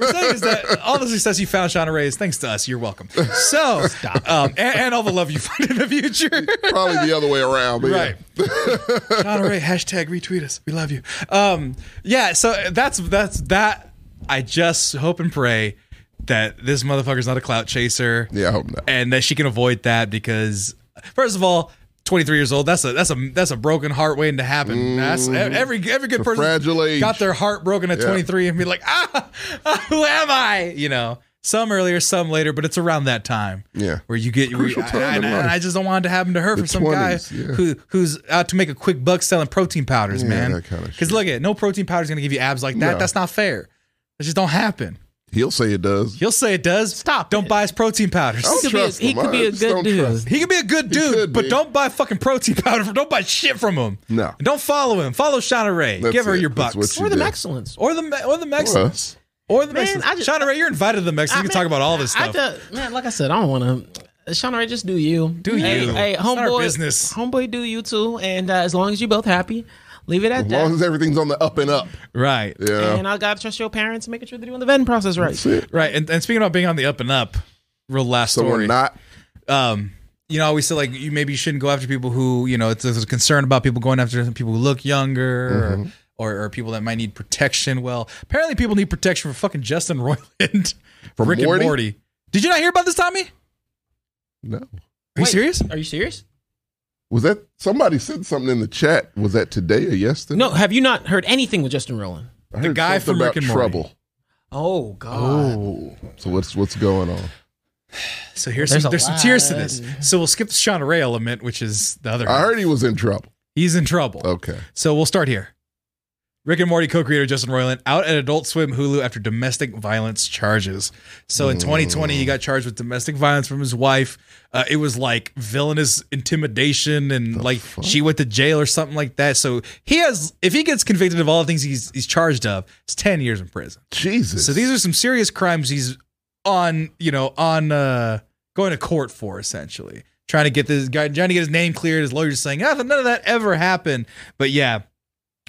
Speaker 1: We're saying is that all the success you found, Shauna Ray, is thanks to us. You're welcome. So, um, and, and all the love you find in the future.
Speaker 3: Probably the other way around. But
Speaker 1: Right. Shauna Ray, hashtag retweet us. We love you. Um, yeah, so that's that's that. I just hope and pray that this motherfucker's not a clout chaser.
Speaker 3: Yeah, I hope not.
Speaker 1: And that she can avoid that because first of all, 23 years old. That's a that's a that's a broken heart waiting to happen. That's e, every every good person
Speaker 3: Mm. fragile age.
Speaker 1: got their heart broken at
Speaker 3: Yeah.
Speaker 1: 23 and be like, ah, who am I? You know, some earlier, some later, but it's around that time.
Speaker 3: Yeah.
Speaker 1: where you get where you,
Speaker 3: Crucial time
Speaker 1: and,
Speaker 3: in
Speaker 1: and
Speaker 3: life.
Speaker 1: I just don't want it to happen to her for some guy
Speaker 3: 20s, yeah.
Speaker 1: who who's out to make a quick buck selling protein powders, man.
Speaker 3: that kinda
Speaker 1: Because
Speaker 3: shit.
Speaker 1: look at no protein powder's gonna give you abs like that.
Speaker 3: No.
Speaker 1: That's not fair. That just don't happen.
Speaker 3: He'll say it does.
Speaker 1: He'll say it does.
Speaker 2: Stop
Speaker 1: Don't
Speaker 2: it.
Speaker 1: buy his protein powders.
Speaker 3: I
Speaker 2: He
Speaker 3: don't
Speaker 2: could be a-
Speaker 3: trust
Speaker 2: he
Speaker 3: him.
Speaker 2: could
Speaker 3: I
Speaker 2: be a
Speaker 3: just
Speaker 2: good
Speaker 3: don't
Speaker 2: dude.
Speaker 3: trust him.
Speaker 1: He can be a good dude,
Speaker 3: could
Speaker 1: but
Speaker 3: be.
Speaker 1: don't buy fucking protein powder. From, don't buy shit from him.
Speaker 3: No.
Speaker 1: And don't follow him. Follow Shauna Ray.
Speaker 3: That's
Speaker 1: Give her
Speaker 3: it.
Speaker 1: your
Speaker 3: That's
Speaker 1: bucks.
Speaker 3: what you
Speaker 2: Or the
Speaker 3: did.
Speaker 2: Mexilins.
Speaker 1: Or the Me- or the Mexicans. Or the
Speaker 2: Man,
Speaker 1: Mexicans.
Speaker 2: I just-
Speaker 1: Shauna Ray, you're invited to the Mexicans. You can talk about all this
Speaker 2: I
Speaker 1: stuff.
Speaker 2: just- man, like I said, I don't want to. Sean Ray, just do you. Do hey,
Speaker 1: you.
Speaker 2: Hey,
Speaker 1: It's not our
Speaker 2: homeboy.
Speaker 1: business.
Speaker 2: Homeboy, do you too. And uh, as long as you're both happy, leave it at
Speaker 3: As
Speaker 2: that.
Speaker 3: long as everything's on the up and up.
Speaker 1: right.
Speaker 3: Yeah.
Speaker 2: And I gotta trust your parents, making sure they're doing the vetting process right.
Speaker 3: That's it.
Speaker 1: Right. And, and speaking about being on the up and up, real last
Speaker 3: So
Speaker 1: story.
Speaker 3: we're not.
Speaker 1: um, you know, I always say like you maybe you shouldn't go after people who you know it's, there's a concern about people going after people who look younger
Speaker 3: Mm-hmm.
Speaker 1: or, or or people that might need protection. Well, apparently people need protection for fucking Justin Roiland from Rick
Speaker 3: Morty?
Speaker 1: and Morty. Did you not hear about this, Tommy? Are
Speaker 3: No.
Speaker 1: you serious?
Speaker 2: Are you serious?
Speaker 3: Was that somebody said something in the chat? Was that today or yesterday?
Speaker 2: No, have you not heard anything with Justin Rowland?
Speaker 3: I heard
Speaker 1: guy
Speaker 3: something
Speaker 1: from Rick
Speaker 3: about
Speaker 1: and Morty.
Speaker 3: Trouble.
Speaker 2: Oh God.
Speaker 3: Oh, so what's what's going on?
Speaker 1: So here's
Speaker 2: There's
Speaker 1: some,
Speaker 2: a
Speaker 1: there's some tears to
Speaker 2: lot.
Speaker 1: this. So we'll skip the Sean Ray element, which is the other.
Speaker 3: I heard he was in trouble.
Speaker 1: he's in trouble.
Speaker 3: Okay,
Speaker 1: So we'll start here. Rick and Morty co-creator Justin Roiland out at Adult Swim Hulu after domestic violence charges. So in 2020, he got charged with domestic violence from his wife. Uh, it was like villainous intimidation, and like she went to jail or something like that. So he has, if he gets convicted of all the things he's he's charged of, it's 10 years in prison.
Speaker 3: Jesus.
Speaker 1: So these are some serious crimes he's on, you know, on uh going to court for essentially. Trying to get this guy trying to get his name cleared, his lawyer's saying, ah, none of that ever happened. But yeah.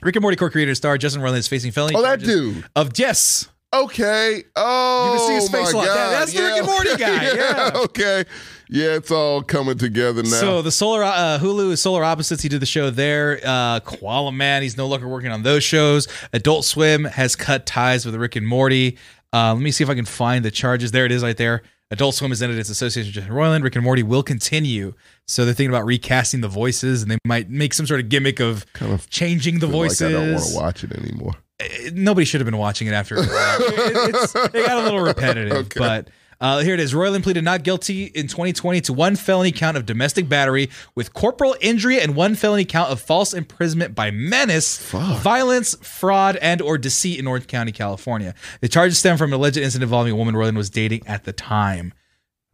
Speaker 1: Rick and Morty core creator star Justin Roiland is facing felony
Speaker 3: Oh, that
Speaker 1: charges
Speaker 3: dude.
Speaker 1: of yes.
Speaker 3: Okay. Oh,
Speaker 1: You can see his face
Speaker 3: my
Speaker 1: a lot. That-
Speaker 3: God.
Speaker 1: that's the Rick and Morty guy. Yeah.
Speaker 3: Okay. Yeah, it's all coming together now.
Speaker 1: So the solar uh, Hulu is Solar Opposites. He did the show there. Uh, Koala Man. He's no longer working on those shows. Adult Swim has cut ties with Rick and Morty. Uh, let me see if I can find the charges. There it is, right there. Adult Swim has ended its association with Justin Roiland. Rick and Morty will continue. So they're thinking about recasting the voices, and they might make some sort of gimmick of
Speaker 3: Kind of
Speaker 1: changing the
Speaker 3: feel like
Speaker 1: voices.
Speaker 3: I don't want to watch it anymore.
Speaker 1: it- nobody should have been watching it after. a while. It- it's, it got a little repetitive,
Speaker 3: Okay.
Speaker 1: but. Uh, here it is. Royland pleaded not guilty in 2020 to one felony count of domestic battery with corporal injury and one felony count of false imprisonment by menace, violence, fraud, and or deceit in Orange County, California. The charges stem from an alleged incident involving a woman Royland was dating at the time.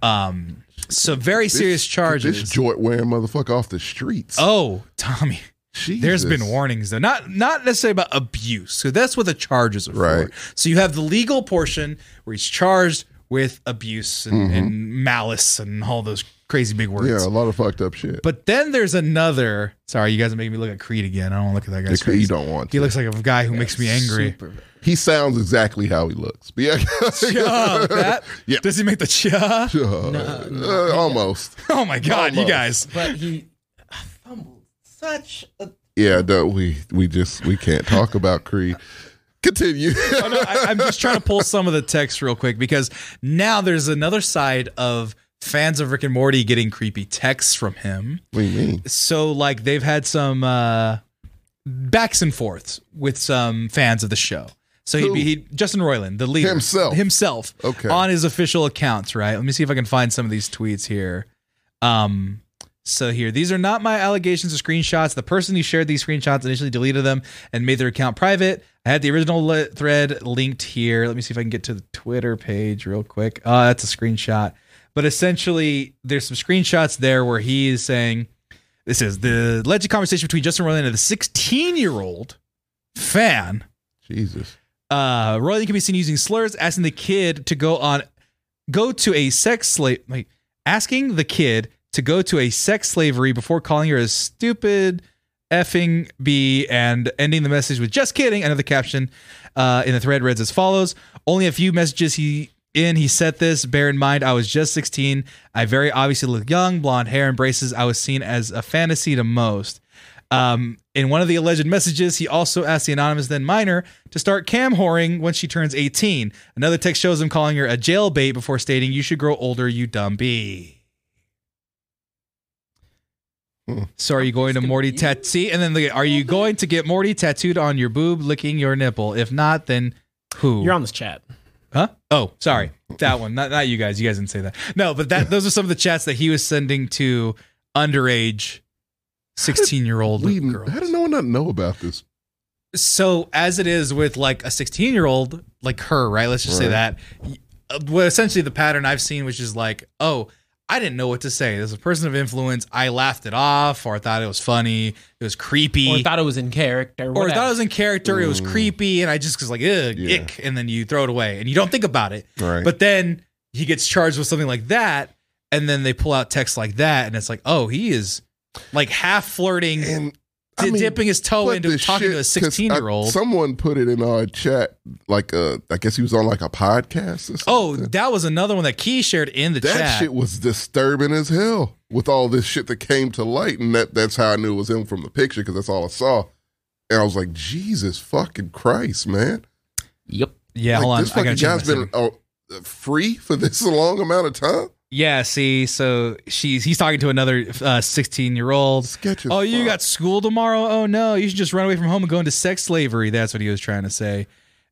Speaker 1: Um, so very serious charges.
Speaker 3: This joint wearing motherfucker off the streets.
Speaker 1: oh, Tommy.
Speaker 3: Jesus.
Speaker 1: There's been warnings though, not not necessarily about abuse. So that's what the charges are
Speaker 3: Right.
Speaker 1: for. So you have the legal portion where he's charged with abuse and, and malice and all those crazy big words.
Speaker 3: Mm-hmm. Yeah, a lot of fucked up shit.
Speaker 1: But then there's another. Sorry, you guys are making me look at Creed again. I don't want to look at that guy's
Speaker 3: Because you
Speaker 1: face.
Speaker 3: don't want.
Speaker 1: He
Speaker 3: to.
Speaker 1: looks like a guy who makes me angry.
Speaker 3: He sounds exactly how he looks. But yeah.
Speaker 1: Chuh, like that?
Speaker 3: Yeah.
Speaker 1: Does he make the chuh?
Speaker 3: Uh, uh, almost.
Speaker 1: Oh my god, you
Speaker 3: Almost.
Speaker 1: guys.
Speaker 2: But he fumbled such a.
Speaker 3: Yeah, no, we we just we can't talk about Creed. Continue.
Speaker 1: no, I, I'm just trying to pull some of the text real quick because now there's another side of fans of Rick and Morty getting creepy texts from him.
Speaker 3: what do you mean?
Speaker 1: So like they've had some uh backs and forths with some fans of the show. So he'd be
Speaker 3: Who?
Speaker 1: he Justin Roiland, the leader
Speaker 3: Himself.
Speaker 1: himself,
Speaker 3: Okay.
Speaker 1: on his official accounts. Right. Let me see if I can find some of these tweets here. Um, so here, these are not my allegations or screenshots. The person who shared these screenshots initially deleted them and made their account private. I had the original le- thread linked here. Let me see if I can get to the Twitter page real quick. Oh, that's a screenshot. But essentially, there's some screenshots there where he is saying, "This is the alleged conversation between Justin Roiland and the 16-year-old fan."
Speaker 3: Jesus.
Speaker 1: uh Roiland can be seen using slurs, asking the kid to go on go to a sex slave like asking the kid to go to a sex slavery before calling her a stupid effing bee and ending the message with just kidding. Another caption uh, in the thread reads as follows. Only a few messages he in he said this. Bear in mind I was just 16. I very obviously look young, blonde hair and braces. I was seen as a fantasy to most. Um, in one of the alleged messages, he also asked the anonymous then minor to start cam whoring when she turns 18. Another text shows him calling her a jailbait before stating, You should grow older, you dumb bee.
Speaker 3: Hmm.
Speaker 1: So are you going to Morty tattoo? And then the, are you going to get Morty tattooed on your boob, licking your nipple? If not, then who?
Speaker 2: You're on this chat.
Speaker 1: Huh? Oh, sorry. That one. Not not you guys. You guys didn't say that. No, but that those are some of the chats that he was sending to underage 16 year old
Speaker 3: We,
Speaker 1: girls.
Speaker 3: how did no one not know about this?
Speaker 1: So as it is with like a 16 year old like her, right? Let's just say that. uh, Well, essentially the pattern I've seen, which is like, oh, I didn't know what to say. There's a person of influence. I laughed it off, or I thought it was funny. It was creepy.
Speaker 2: Or thought it was in character.
Speaker 1: or I thought it
Speaker 2: whatever.
Speaker 1: was in character, it was creepy, and I just was like, ugh,
Speaker 3: Mm. Yeah.
Speaker 1: ick, and then you throw it away and you don't think about it.
Speaker 3: Right.
Speaker 1: But then he gets charged with something like that, and then they pull out texts like that, and it's like, oh, he is like half flirting,
Speaker 3: and
Speaker 1: di-
Speaker 3: I mean,
Speaker 1: dipping his toe
Speaker 3: what
Speaker 1: into
Speaker 3: the
Speaker 1: talking
Speaker 3: shit?
Speaker 1: Oh, to a
Speaker 3: 'Cause I-
Speaker 1: 16 year old.
Speaker 3: Someone put it in our chat. Like, uh, I guess he was on like a podcast. Or something.
Speaker 1: Oh, that was another one that Key shared in the
Speaker 3: that
Speaker 1: chat.
Speaker 3: shit was disturbing as hell. With all this shit that came to light, and that that's how I knew it was him from the picture because that's all I saw. And I was like, Jesus fucking Christ, man!
Speaker 4: Yep.
Speaker 1: yeah,
Speaker 3: like,
Speaker 1: hold on.
Speaker 3: this
Speaker 1: I
Speaker 3: fucking
Speaker 1: gotta check
Speaker 3: guy's
Speaker 1: my
Speaker 3: been
Speaker 1: setting.
Speaker 3: uh, free for this long amount of time.
Speaker 1: Yeah, see, so she's he's talking to another uh, 16 year old.
Speaker 3: Sketch as
Speaker 1: Oh, you
Speaker 3: fuck.
Speaker 1: got school tomorrow? Oh no, you should just run away from home and go into sex slavery. That's what he was trying to say.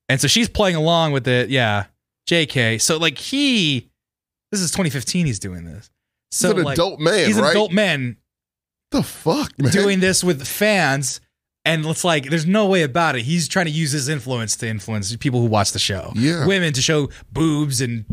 Speaker 1: And so she's playing along with it. Yeah. JK. So like he this is 2015 he's doing this. So
Speaker 3: he's an
Speaker 1: like,
Speaker 3: adult man,
Speaker 1: he's an
Speaker 3: right?
Speaker 1: adult man
Speaker 3: the fuck, man.
Speaker 1: doing this with fans And it's like, there's no way about it. He's trying to use his influence to influence people who watch the show.
Speaker 3: Yeah.
Speaker 1: Women to show boobs and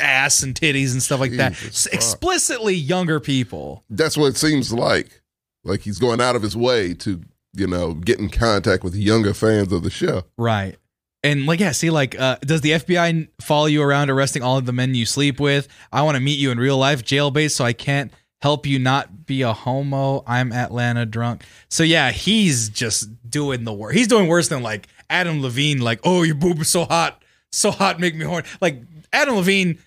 Speaker 1: ass and titties and stuff like that.
Speaker 3: Jesus
Speaker 1: S- Explicitly younger people.
Speaker 3: That's what it seems like. Like he's going out of his way to, you know, get in contact with younger fans of the show.
Speaker 1: Right. And like, yeah, see, like, uh, does the FBI n- follow you around arresting all of the men you sleep with? I want to meet you in real life, jail base, so I can't help you not be a homo. I'm Atlanta drunk. So yeah, he's just doing the work. He's doing worse than like Adam Levine, like, oh, your boob is so hot, so hot, make me horny. Like Adam Levine,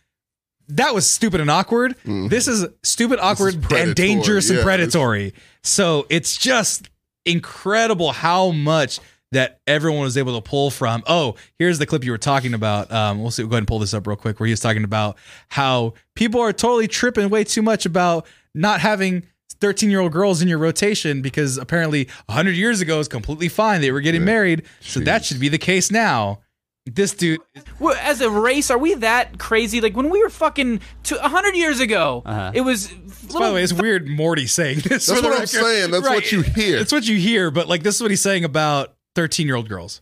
Speaker 1: that was stupid and awkward. This is stupid, awkward,
Speaker 3: predatory.
Speaker 1: and dangerous
Speaker 3: Yeah,
Speaker 1: and
Speaker 3: it's-
Speaker 1: predatory. So it's just incredible how much that everyone was able to pull from. Oh, here's the clip you were talking about. Um, we'll see. We'll go ahead and pull this up real quick, where he was talking about how people are totally tripping way too much about not having 13 year old girls in your rotation because apparently 100 years ago it was completely fine. They were getting married. So that
Speaker 3: Jeez.
Speaker 1: should be the case now. This dude
Speaker 6: Well, as a race, are we that crazy? Like when we were fucking two, a hundred years ago,
Speaker 2: Uh-huh.
Speaker 6: it was.
Speaker 1: By the
Speaker 6: Little,
Speaker 1: way, it's weird Morty saying this.
Speaker 3: That's
Speaker 1: for the
Speaker 3: what I'm
Speaker 1: record.
Speaker 3: saying. That's
Speaker 1: Right.
Speaker 3: what you hear.
Speaker 1: It's what you hear, but like this is what he's saying about 13 year old girls.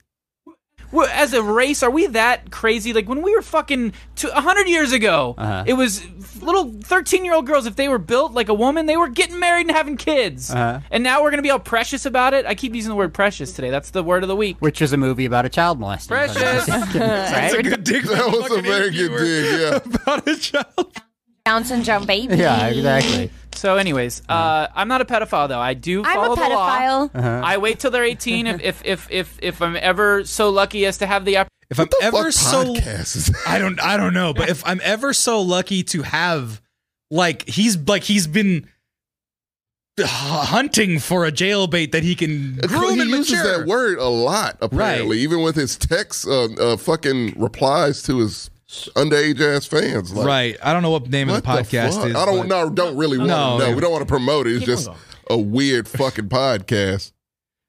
Speaker 6: well, as a race, are we that crazy? Like when we were fucking two, a hundred years ago,
Speaker 2: Uh-huh.
Speaker 6: it was little thirteen-year-old girls. If they were built like a woman, they were getting married and having kids.
Speaker 2: Uh-huh.
Speaker 6: And now we're gonna be all precious about it. I keep using the word precious today. That's the word of the week.
Speaker 8: which is a movie about a child molesting.
Speaker 6: Precious.
Speaker 1: That's a good dig.
Speaker 3: That was a very good dig, yeah.
Speaker 1: About a child.
Speaker 10: Down syndrome baby.
Speaker 8: yeah, exactly.
Speaker 6: So, anyways, uh, I'm not a pedophile though. I do
Speaker 10: I'm
Speaker 6: follow
Speaker 10: a
Speaker 6: the law.
Speaker 10: pedophile.
Speaker 6: I wait till they're 18 if if if if, if I'm ever so lucky as to have the opportunity.
Speaker 1: If I'm ever
Speaker 3: Fuck
Speaker 1: so,
Speaker 3: podcasts is that?
Speaker 1: I don't, I don't know, but if I'm ever so lucky to have, like he's like he's been h- hunting for a jailbait that he can groom
Speaker 3: he
Speaker 1: and
Speaker 3: uses
Speaker 1: mature.
Speaker 3: that word a lot, apparently,
Speaker 1: Right.
Speaker 3: even with his text, uh, uh, fucking replies to his underage ass fans. Like,
Speaker 1: right. I don't know what name of
Speaker 3: What
Speaker 1: the podcast
Speaker 3: fuck?
Speaker 1: is.
Speaker 3: I don't
Speaker 1: but-
Speaker 3: no, don't really want
Speaker 1: No.
Speaker 3: to know. We don't want to promote it. It's just a weird fucking podcast.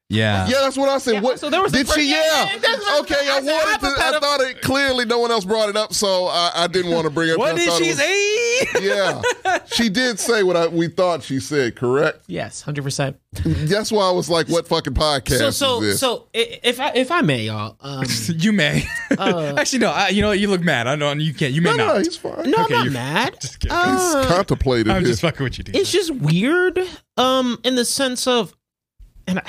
Speaker 1: Yeah.
Speaker 3: Yeah, that's what I said.
Speaker 6: Yeah,
Speaker 3: what
Speaker 6: so there was a
Speaker 3: did
Speaker 6: fir-
Speaker 3: she?
Speaker 6: yeah,
Speaker 3: Yeah.
Speaker 6: yeah, that's what I
Speaker 3: okay,
Speaker 6: said.
Speaker 3: I,
Speaker 6: I said,
Speaker 3: wanted
Speaker 6: I'm a
Speaker 3: to. I
Speaker 6: pedo-
Speaker 3: thought it clearly no one else brought it up, so I, I didn't want to bring it up.
Speaker 1: What
Speaker 3: but I
Speaker 1: did
Speaker 3: thought it
Speaker 1: she
Speaker 3: was-
Speaker 1: say?
Speaker 3: Yeah, she did say what I, we thought she said. Correct.
Speaker 2: Yes, hundred percent.
Speaker 3: That's why I was like, "What fucking podcast
Speaker 2: So
Speaker 3: is
Speaker 2: so
Speaker 3: this?"
Speaker 2: so i- if I if I may, y'all. Um,
Speaker 1: You may. Actually, no. I, you know, you look mad. I know you can't. You may
Speaker 3: no, no,
Speaker 1: not.
Speaker 3: he's fine.
Speaker 2: Uh. no,
Speaker 1: Okay,
Speaker 2: I'm
Speaker 1: you're-
Speaker 2: not mad.
Speaker 1: kidding.
Speaker 2: Uh,
Speaker 3: he's contemplated.
Speaker 1: I'm
Speaker 3: his-
Speaker 1: just fucking with you, dude.
Speaker 2: it's just weird um in the sense of and I,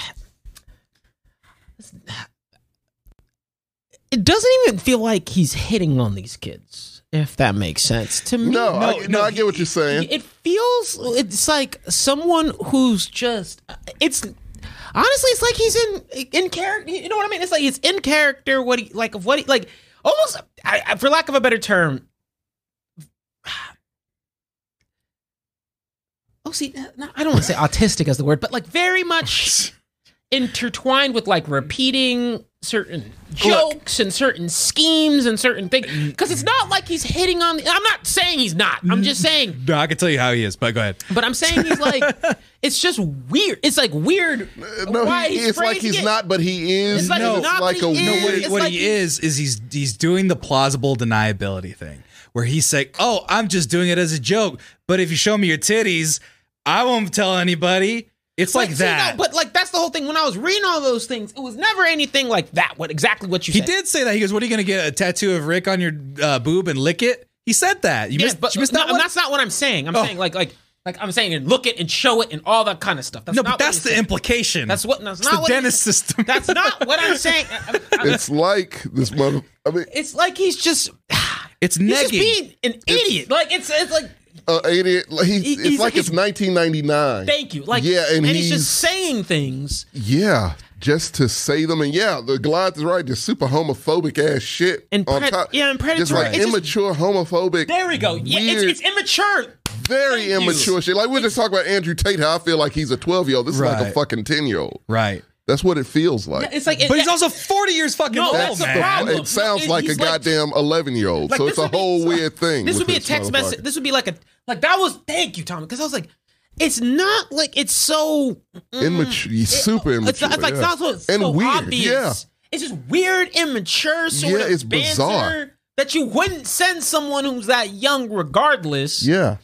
Speaker 2: it doesn't even feel like he's hitting on these kids if that makes sense to me
Speaker 3: no, I,
Speaker 1: No,
Speaker 3: no,
Speaker 1: no,
Speaker 3: I get what you're saying.
Speaker 2: it feels it's like someone who's just it's honestly it's like he's in in character you know what i mean it's like it's in character what he like of what he like almost I, I- for lack of a better term oh see no, i don't want to say autistic as the word but like very much intertwined with like repeating certain jokes and certain schemes and certain things because it's not like he's hitting on the, i'm not saying he's not i'm just saying
Speaker 1: no, I can tell you how he is, but go ahead.
Speaker 2: but I'm saying he's like, it's just weird. It's like weird.
Speaker 3: no,
Speaker 2: why
Speaker 3: he,
Speaker 2: he's
Speaker 3: it's like
Speaker 2: phrasing
Speaker 3: he's
Speaker 2: it.
Speaker 3: not, but he is.
Speaker 2: It's like
Speaker 3: and
Speaker 2: he's
Speaker 3: it's
Speaker 2: not,
Speaker 3: like
Speaker 2: but
Speaker 3: a
Speaker 2: he
Speaker 1: No, what,
Speaker 2: is.
Speaker 1: he-
Speaker 2: It's
Speaker 1: what
Speaker 2: like
Speaker 1: he
Speaker 2: he-
Speaker 1: is is he's he's doing the plausible deniability thing, where he's like, "Oh, I'm just doing it as a joke, but if you show me your titties, I won't tell anybody." It's like
Speaker 2: But, see, no,
Speaker 1: that.
Speaker 2: but like that's the whole thing. When I was reading all those things, it was never anything like that. What exactly what you
Speaker 1: he
Speaker 2: said.
Speaker 1: did say that. He goes, "What are you going to get a tattoo of Rick on your uh, boob and lick it?" He said that. You
Speaker 2: Yeah,
Speaker 1: missed,
Speaker 2: but
Speaker 1: you missed
Speaker 2: no,
Speaker 1: that one.
Speaker 2: that's not what I'm saying. I'm
Speaker 1: Oh.
Speaker 2: saying like like like I'm saying and look it and show it and all that kind of stuff. That's
Speaker 1: no,
Speaker 2: not
Speaker 1: but that's
Speaker 2: what
Speaker 1: the
Speaker 2: you're saying.
Speaker 1: implication.
Speaker 2: That's what- that's
Speaker 1: It's
Speaker 2: not
Speaker 1: the
Speaker 2: what he
Speaker 1: dentist
Speaker 2: said.
Speaker 1: system.
Speaker 2: That's not what I'm saying. I- I- I-
Speaker 3: it's like this mother. I mean,
Speaker 2: it's like he's just
Speaker 1: it's
Speaker 2: he's just
Speaker 1: negging.
Speaker 2: being an idiot. Like it's it's like
Speaker 3: uh, idiot. Like he,
Speaker 2: He-
Speaker 3: it's
Speaker 2: he's-
Speaker 3: like
Speaker 2: he's-
Speaker 3: it's 1999.
Speaker 2: thank you. Like
Speaker 3: yeah, and,
Speaker 2: he's
Speaker 3: he's,
Speaker 2: just saying things.
Speaker 3: yeah, just to say them, and yeah, the Glide is right. Just super homophobic ass shit
Speaker 2: And
Speaker 3: on
Speaker 2: pre-
Speaker 3: top.
Speaker 2: yeah, and
Speaker 3: Just
Speaker 2: predatory.
Speaker 3: like
Speaker 2: It's just-
Speaker 3: immature, homophobic.
Speaker 2: There we go. Yeah, it's,
Speaker 3: weird,
Speaker 2: it's immature.
Speaker 3: very
Speaker 2: Thank you.
Speaker 3: immature shit. Like we're just talking about Andrew Tate. How I feel like he's a 12 year old. This is like
Speaker 1: Right.
Speaker 3: a fucking 10 year old.
Speaker 1: right.
Speaker 3: That's what it feels like.
Speaker 2: It's like
Speaker 1: But he's also 40 years fucking
Speaker 2: No,
Speaker 1: old,
Speaker 2: that's the
Speaker 1: Oh, man.
Speaker 2: problem.
Speaker 3: It sounds
Speaker 2: It-
Speaker 3: like a
Speaker 2: he's like-
Speaker 3: goddamn 11 year old.
Speaker 2: Like,
Speaker 3: so
Speaker 2: this
Speaker 3: it's a
Speaker 2: would be-
Speaker 3: whole weird thing.
Speaker 2: This
Speaker 3: with
Speaker 2: would be a
Speaker 3: this
Speaker 2: text
Speaker 3: motherfucker.
Speaker 2: message. This would be like a like that was thank you, Tommy, because I was like, it's not like it's so
Speaker 3: immature, super immature.
Speaker 2: Mm. it's, it's like
Speaker 3: yeah.
Speaker 2: not so, it's
Speaker 3: and
Speaker 2: so
Speaker 3: weird.
Speaker 2: obvious.
Speaker 3: Yeah,
Speaker 2: It's just weird, immature sort
Speaker 3: Yeah,
Speaker 2: of
Speaker 3: it's
Speaker 2: banter
Speaker 3: bizarre.
Speaker 2: that you wouldn't send someone who's that young, regardless.
Speaker 3: yeah.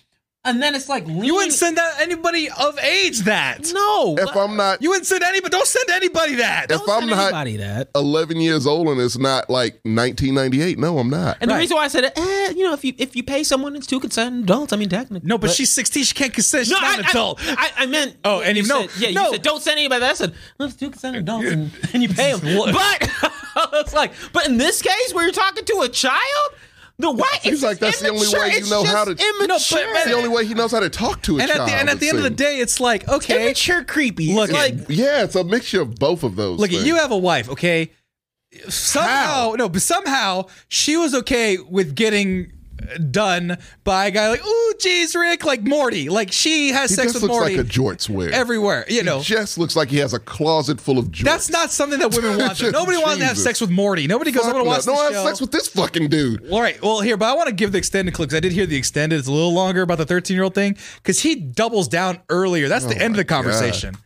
Speaker 2: and then it's like lean.
Speaker 1: You wouldn't send that anybody of age that.
Speaker 2: no.
Speaker 3: If I'm not
Speaker 1: You wouldn't send anybody. Don't send anybody that.
Speaker 3: if I'm not
Speaker 2: anybody that.
Speaker 3: 11 years old and it's not like 1998, no, I'm not.
Speaker 2: And the
Speaker 1: Right.
Speaker 2: reason why I said, eh, you know, if you if you pay someone, it's two consenting adults. I mean, technically,
Speaker 1: No, but, she's 16. She can't consent. She's
Speaker 2: No,
Speaker 1: not
Speaker 2: I,
Speaker 1: an
Speaker 2: I-
Speaker 1: adult.
Speaker 2: I, I meant.
Speaker 1: Oh, and
Speaker 2: you
Speaker 1: you- no,
Speaker 2: said- yeah,
Speaker 1: no.
Speaker 2: you said don't send anybody. That I said let's do consenting adults, and, and you pay them. but it's like, but in this case, where you're talking to a child, the why it's
Speaker 3: Seems like that's the only
Speaker 2: immature.
Speaker 3: way you
Speaker 2: It's
Speaker 3: know how
Speaker 2: just
Speaker 3: to- No,
Speaker 1: but-
Speaker 2: Immature.
Speaker 3: It's the only way he knows how to talk to
Speaker 1: and
Speaker 3: a
Speaker 1: at
Speaker 3: child.
Speaker 1: the and at
Speaker 3: it
Speaker 1: the end of the
Speaker 3: seems.
Speaker 1: day, it's like okay,
Speaker 2: immature, creepy.
Speaker 1: Look
Speaker 2: it's
Speaker 1: at-
Speaker 2: like
Speaker 3: yeah, it's a mixture of both of those.
Speaker 1: look at
Speaker 3: things.
Speaker 1: you have a wife. Okay, somehow
Speaker 3: How?
Speaker 1: no, but somehow she was okay with getting done by a guy like ooh, geez, Rick, like Morty. Like she has
Speaker 3: He
Speaker 1: sex
Speaker 3: just
Speaker 1: with
Speaker 3: looks
Speaker 1: Morty
Speaker 3: like a jorts wear.
Speaker 1: everywhere. You know,
Speaker 3: He just looks like he has a closet full of jorts.
Speaker 1: that's not something that women want. though. Nobody wants to have
Speaker 3: Jesus.
Speaker 1: sex with Morty. Nobody goes, I
Speaker 3: Fuck
Speaker 1: want to watch
Speaker 3: no,
Speaker 1: this
Speaker 3: I
Speaker 1: show.
Speaker 3: have sex with this fucking dude.
Speaker 1: All right, well, here, but I want to give the extended clip because I did hear the extended. It's a little longer about the 13 year old thing because he doubles down earlier. That's
Speaker 3: Oh
Speaker 1: the end of the conversation.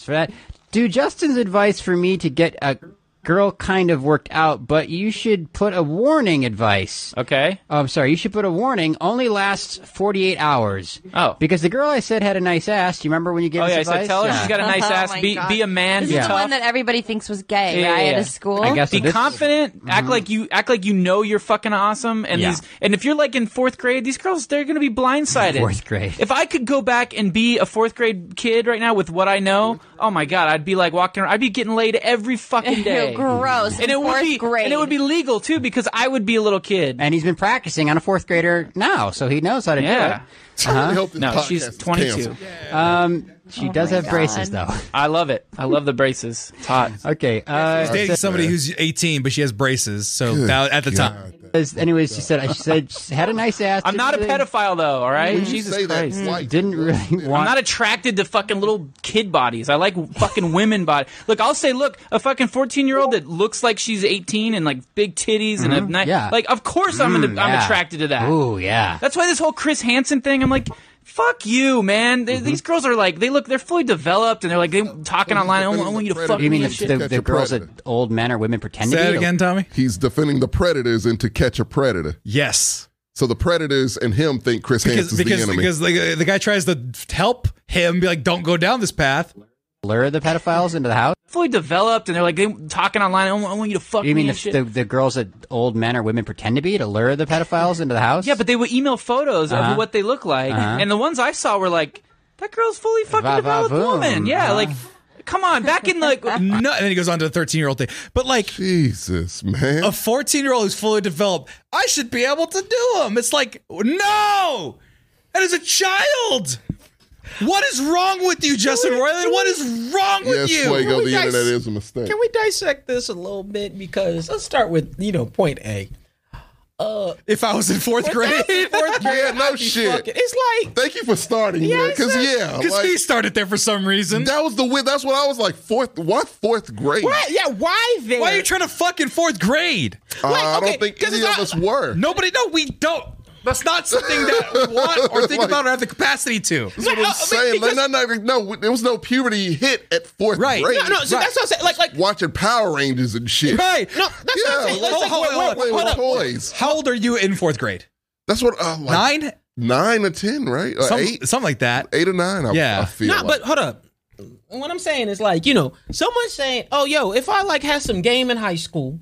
Speaker 8: for that. Dude, Justin's advice for me to get a girl kind of worked out, but you should put a warning advice.
Speaker 6: Okay.
Speaker 8: Oh, I'm sorry. You should put a warning. Only lasts 48 hours.
Speaker 6: Oh.
Speaker 8: Because the girl I said had a nice ass. Do you remember when you gave
Speaker 6: Oh
Speaker 8: us
Speaker 6: yeah, I
Speaker 8: advice?
Speaker 6: said tell her
Speaker 8: Yeah.
Speaker 6: she's got a nice
Speaker 10: Oh
Speaker 6: ass.
Speaker 10: my
Speaker 6: Be
Speaker 10: God.
Speaker 6: be a man.
Speaker 10: This
Speaker 6: be
Speaker 10: is the
Speaker 6: tough.
Speaker 10: one that everybody thinks was gay,
Speaker 6: Yeah,
Speaker 10: right?
Speaker 6: yeah,
Speaker 10: At
Speaker 6: yeah.
Speaker 10: a school.
Speaker 8: I guess
Speaker 6: be
Speaker 8: this- Mm-hmm.
Speaker 6: confident. Act like you act like you know you're fucking awesome. And
Speaker 8: Yeah.
Speaker 6: these and if you're like in fourth grade, these girls they're gonna be blindsided.
Speaker 8: Fourth grade.
Speaker 6: If I could go back and be a fourth grade kid right now with what I know,
Speaker 8: Mm-hmm.
Speaker 6: oh my god, I'd be like walking around. I'd be getting laid every fucking day.
Speaker 10: Gross.
Speaker 6: And it would
Speaker 10: Fourth
Speaker 6: be
Speaker 10: grade.
Speaker 6: and it would be legal too because I would be a little kid.
Speaker 8: And he's been practicing on a fourth grader now, so he knows how to
Speaker 6: yeah.
Speaker 3: I hope this
Speaker 6: No,
Speaker 3: podcast
Speaker 6: she's
Speaker 3: is
Speaker 6: 22.
Speaker 3: canceled.
Speaker 8: do it. Um, she does
Speaker 10: my
Speaker 8: have braces, though.
Speaker 10: God.
Speaker 6: I love it. I love the braces. It's hot.
Speaker 8: Okay. Uh,
Speaker 1: Dating
Speaker 8: so-
Speaker 1: somebody who's 18, but she has braces. So that, at the time,
Speaker 8: anyways, she said, she said she had a nice ass.
Speaker 6: I'm
Speaker 8: didn't
Speaker 6: not a
Speaker 8: really-
Speaker 6: pedophile though, all right?
Speaker 3: When
Speaker 10: Mm-hmm.
Speaker 3: you
Speaker 6: Jesus
Speaker 3: say that,
Speaker 6: Christ.
Speaker 3: like,
Speaker 8: Didn't really
Speaker 6: I'm
Speaker 8: want.
Speaker 6: not attracted to fucking little kid bodies. I like fucking women body. Look, I'll say, look, a fucking 14 year old that looks like she's 18 and like big titties and a nice,
Speaker 8: Mm-hmm. yeah. Mm,
Speaker 6: like, of course I'm, gonna- I'm
Speaker 8: yeah.
Speaker 6: attracted to that.
Speaker 8: Ooh, yeah.
Speaker 6: That's why this whole Chris Hansen thing, I'm like, fuck you, man.
Speaker 8: Mm-hmm.
Speaker 6: They- These girls are like, they look, they're fully developed and they're like, they
Speaker 2: Oh,
Speaker 6: talking
Speaker 3: he's
Speaker 6: online. I
Speaker 3: defending
Speaker 6: want, I want
Speaker 3: the
Speaker 6: you to
Speaker 3: predator.
Speaker 6: fuck
Speaker 8: You mean
Speaker 6: me
Speaker 8: the,
Speaker 6: and shit.
Speaker 8: the,
Speaker 3: Catch
Speaker 8: the
Speaker 3: a
Speaker 8: girls that
Speaker 3: predator.
Speaker 8: old men or women pretend
Speaker 1: say
Speaker 8: to
Speaker 1: that
Speaker 8: be?
Speaker 1: again, Tommy.
Speaker 3: He's defending the predators into catch a predator.
Speaker 1: Yes.
Speaker 3: So the predators and him think Chris
Speaker 1: Because
Speaker 3: Hansen's the
Speaker 1: because
Speaker 3: enemy.
Speaker 1: because the, the guy tries to help him be like, don't go down this path.
Speaker 8: Lure the pedophiles into the house?
Speaker 6: fully developed and they're like, they talking online. I want, I want you to fuck
Speaker 8: You
Speaker 6: me
Speaker 8: mean the,
Speaker 6: and shit.
Speaker 8: the, the girls that old men or women pretend to be to lure the pedophiles into the house?
Speaker 6: Yeah, but they would email photos
Speaker 8: Uh-huh.
Speaker 6: of what they look like,
Speaker 8: Uh-huh.
Speaker 6: and the ones I saw were like, "That girl's fully fucking
Speaker 8: Va- va-
Speaker 6: developed
Speaker 8: boom.
Speaker 6: woman." Yeah,
Speaker 8: Uh-huh.
Speaker 6: like, come on, back in like,
Speaker 1: No, and then he goes on to the 13 year old thing. But like,
Speaker 3: Jesus, man.
Speaker 1: a 14 year old who's fully developed, I should be able to do him. It's like, no, that is a child. What is wrong with you, Justin Roiland? What is wrong with
Speaker 3: yes,
Speaker 1: you?
Speaker 3: Fuego,
Speaker 2: Can we
Speaker 3: the
Speaker 2: guys-
Speaker 3: internet is a mistake.
Speaker 2: Can we dissect this a little bit? Because let's start with you know point A.
Speaker 1: If I was in fourth grade,
Speaker 2: Fourth grade,
Speaker 3: Yeah, no
Speaker 2: I'd be
Speaker 3: shit.
Speaker 2: fucking- it's like
Speaker 3: Thank you for starting, man. Because
Speaker 2: it's-
Speaker 3: yeah,
Speaker 1: because
Speaker 3: like,
Speaker 1: he started there for some reason.
Speaker 3: that was the win. That's what I was like. Fourth, what fourth grade?
Speaker 2: why, yeah, why there?
Speaker 1: Why are you trying to fuck in fourth grade?
Speaker 3: Uh, I
Speaker 2: okay,
Speaker 3: don't think
Speaker 2: 'cause
Speaker 3: any
Speaker 2: it's
Speaker 3: of
Speaker 2: not-
Speaker 3: us were.
Speaker 1: Nobody, no, we don't. That's not something that we want or think
Speaker 3: Like-
Speaker 1: about or have the capacity to.
Speaker 3: That's
Speaker 2: uh,
Speaker 3: what I'm saying. Like, no, no, no, there was no puberty hit at fourth
Speaker 1: Right.
Speaker 3: grade.
Speaker 2: No, no, so
Speaker 1: Right.
Speaker 2: that's what I'm saying. Like, like
Speaker 3: Watching Power Rangers and shit.
Speaker 1: Right.
Speaker 2: no, that's what I'm
Speaker 3: Yeah,
Speaker 2: saying. Let's
Speaker 1: hold-
Speaker 2: like,
Speaker 1: hold-
Speaker 2: wait,
Speaker 1: hold-
Speaker 2: wait,
Speaker 3: Playing
Speaker 2: wait,
Speaker 3: with
Speaker 2: hold up.
Speaker 3: toys.
Speaker 1: How old are you in fourth grade?
Speaker 3: That's what uh, like
Speaker 1: Nine?
Speaker 3: nine or ten, right? Like
Speaker 1: Some,
Speaker 3: eight,
Speaker 1: something like that.
Speaker 3: eight or nine. I,
Speaker 1: Yeah.
Speaker 3: I feel.
Speaker 2: No,
Speaker 3: like.
Speaker 2: but hold up. What I'm saying is like, you know, someone's saying, "Oh, yo, if I like had some game in high school."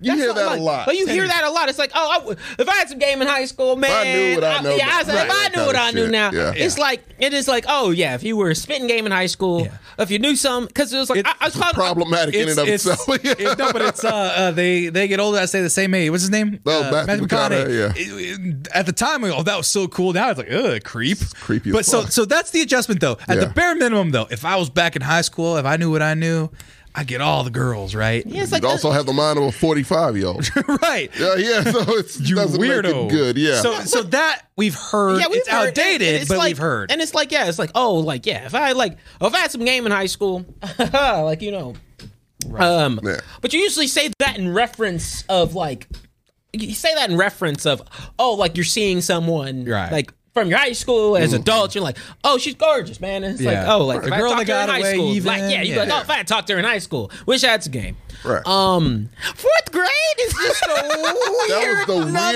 Speaker 3: you
Speaker 2: that's
Speaker 3: hear
Speaker 2: not
Speaker 3: that
Speaker 2: like-
Speaker 3: a lot.
Speaker 2: But you hear that a lot. It's like, "Oh, I w if I had some game in high school, man."
Speaker 3: knew what I know
Speaker 2: yeah, I was
Speaker 3: now.
Speaker 2: like,
Speaker 3: Right.
Speaker 2: if I knew what I knew
Speaker 3: Kinda
Speaker 2: now.
Speaker 3: shit, yeah.
Speaker 2: It's like it is like, "Oh, yeah, if you were a spitting game in high school, if you knew some cuz it was like
Speaker 1: It-
Speaker 2: I, I was called
Speaker 3: problematic in and of itself.
Speaker 1: it- no, but it's uh, uh, they they get older. I say the same age. What's his name?
Speaker 3: Oh,
Speaker 1: uh,
Speaker 3: Matthew McConaughey,
Speaker 1: It- it- at the time, we go, oh, that was so cool. Now it's like, ugh, creep.
Speaker 3: creepy as
Speaker 1: But so
Speaker 3: fuck.
Speaker 1: so that's the adjustment though. At the
Speaker 3: Yeah.
Speaker 1: bare minimum though, if I was back in high school, if I knew what I knew, I get all the girls right.
Speaker 2: Yeah, it's
Speaker 3: You'd
Speaker 2: like
Speaker 3: also have the mind of a forty-five-year-old.
Speaker 1: right.
Speaker 3: yeah, yeah. So it's
Speaker 1: You
Speaker 3: doesn't
Speaker 1: weirdo.
Speaker 3: Make it good. Yeah.
Speaker 1: So so that we've heard.
Speaker 2: yeah, we've
Speaker 1: it's
Speaker 2: heard,
Speaker 1: outdated,
Speaker 2: and- and it's
Speaker 1: but
Speaker 2: like-
Speaker 1: we've heard.
Speaker 2: And it's like, yeah, it's like, oh, like yeah, if I like, if I had some game in high school, like you know, um,
Speaker 3: Yeah.
Speaker 2: but you usually say that in reference of like, you say that in reference of, oh, like you're seeing someone,
Speaker 1: Right.
Speaker 2: like from your high school as adults, you're like, oh, she's gorgeous, man. And it's like,
Speaker 1: Yeah.
Speaker 2: oh, like
Speaker 1: The
Speaker 2: if I
Speaker 1: girl
Speaker 2: talked
Speaker 1: that
Speaker 2: to her in
Speaker 1: got
Speaker 2: high
Speaker 1: away
Speaker 2: school,
Speaker 1: even,
Speaker 2: like yeah, you'd be like,
Speaker 1: yeah.
Speaker 2: oh, if I had talked to her in high school, wish that's a game.
Speaker 3: Right.
Speaker 2: Um, fourth grade is just a
Speaker 3: That was
Speaker 2: weird
Speaker 3: the
Speaker 2: number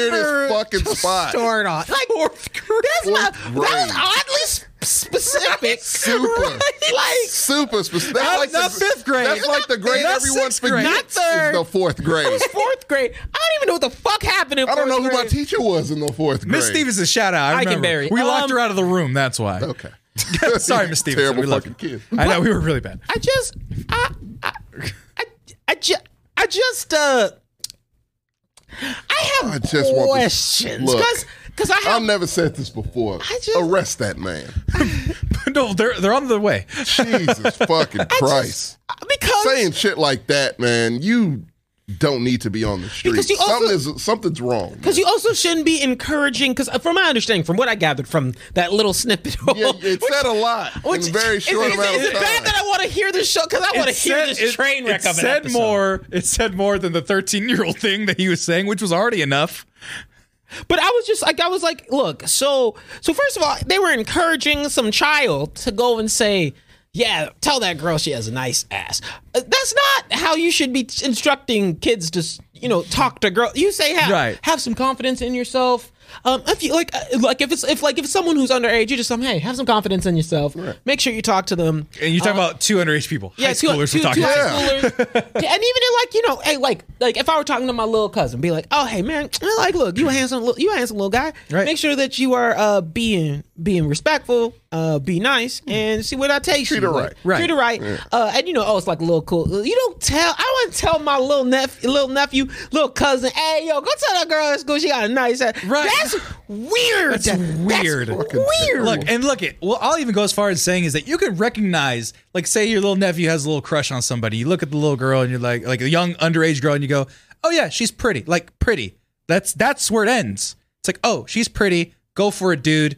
Speaker 3: weirdest fucking
Speaker 2: to
Speaker 3: spot.
Speaker 2: Start on like fourth grade. That's not,
Speaker 3: Fourth
Speaker 2: that
Speaker 3: grade.
Speaker 2: was oddly sp- specific.
Speaker 3: Super.
Speaker 2: like
Speaker 3: Super specific. That's
Speaker 1: Not-
Speaker 3: like the,
Speaker 1: not fifth grade.
Speaker 3: That's like the grade
Speaker 1: Not
Speaker 3: everyone
Speaker 1: sixth grade. Not
Speaker 3: forgets
Speaker 2: third.
Speaker 3: is the fourth grade.
Speaker 2: fourth grade. I don't even know what the fuck happened in
Speaker 3: I don't
Speaker 2: fourth
Speaker 3: know who my
Speaker 2: grade.
Speaker 3: teacher was in the fourth grade.
Speaker 1: Miss Stevens is a shout out. I,
Speaker 2: I can
Speaker 1: remember.
Speaker 2: bury.
Speaker 1: We locked
Speaker 2: Um,
Speaker 1: her out of the room. That's why.
Speaker 3: Okay.
Speaker 1: Sorry, Miss Stevens.
Speaker 3: Terrible
Speaker 1: we love
Speaker 3: fucking
Speaker 1: you.
Speaker 3: kid.
Speaker 1: I know we were really bad.
Speaker 2: I just I I I, I, ju- I just uh I have
Speaker 3: I just want to-
Speaker 2: questions
Speaker 3: Look.
Speaker 2: because because I
Speaker 3: I've
Speaker 2: have
Speaker 3: never said this before.
Speaker 2: just-
Speaker 3: Arrest that man.
Speaker 1: no, they're they're on the way.
Speaker 3: Jesus fucking Christ.
Speaker 2: because
Speaker 3: Saying shit like that, man, you don't need to be on the street.
Speaker 2: Because you also-
Speaker 3: Something is, something's wrong. man.
Speaker 2: Because you also shouldn't be encouraging. Because from my understanding, from what I gathered from that little snippet,
Speaker 3: Yeah, it said a lot in a very short
Speaker 2: is,
Speaker 3: amount
Speaker 2: is,
Speaker 3: of
Speaker 2: it
Speaker 3: time.
Speaker 2: bad that I want to hear this show? Because I want to hear
Speaker 1: said-
Speaker 2: this train wreck
Speaker 1: it
Speaker 2: of an
Speaker 1: said
Speaker 2: episode.
Speaker 1: more. It said more than the 13 year old thing that he was saying, which was already enough.
Speaker 2: But I was just like, I was like, look, so so first of all, they were encouraging some child to go and say, yeah, tell that girl she has a nice ass. Uh, That's not how you should be t- instructing kids to, s- you know, talk to girls. You say, have,
Speaker 1: Right.
Speaker 2: have some confidence in yourself. Um, if you like, uh, like if it's if like if it's someone who's underage, you just tell them, hey, have some confidence in yourself. Make sure you talk to them.
Speaker 1: And you talk about two underage people, high
Speaker 2: Um, two- uh,
Speaker 1: schoolers.
Speaker 2: two-
Speaker 1: we're talking
Speaker 2: two
Speaker 1: about.
Speaker 2: high schoolers. and even in like you know, hey, like like if I were talking to my little cousin, be like, oh hey man, like look, you a handsome, little, you a handsome little guy.
Speaker 1: Right.
Speaker 2: Make sure that you are uh being being respectful, uh be nice, and see what I take. Treat
Speaker 3: her right.
Speaker 1: Hmm. Right.
Speaker 2: Treat her right. Uh, and you know, oh it's like a little cool. You don't tell. I wouldn't tell my little nephew, little nephew, little cousin, hey yo, go tell that girl at school she got a nice. ass."
Speaker 1: Right.
Speaker 2: That's weird.
Speaker 1: That's weird.
Speaker 2: weird.
Speaker 1: Look and look it. Well, I'll even go as far as saying is that you could recognize, like, say your little nephew has a little crush on somebody. You look at the little girl and you're like, like a young underage girl, and you go, "Oh yeah, she's pretty." Like pretty. That's that's where it ends. It's like, oh, she's pretty. Go for it, dude.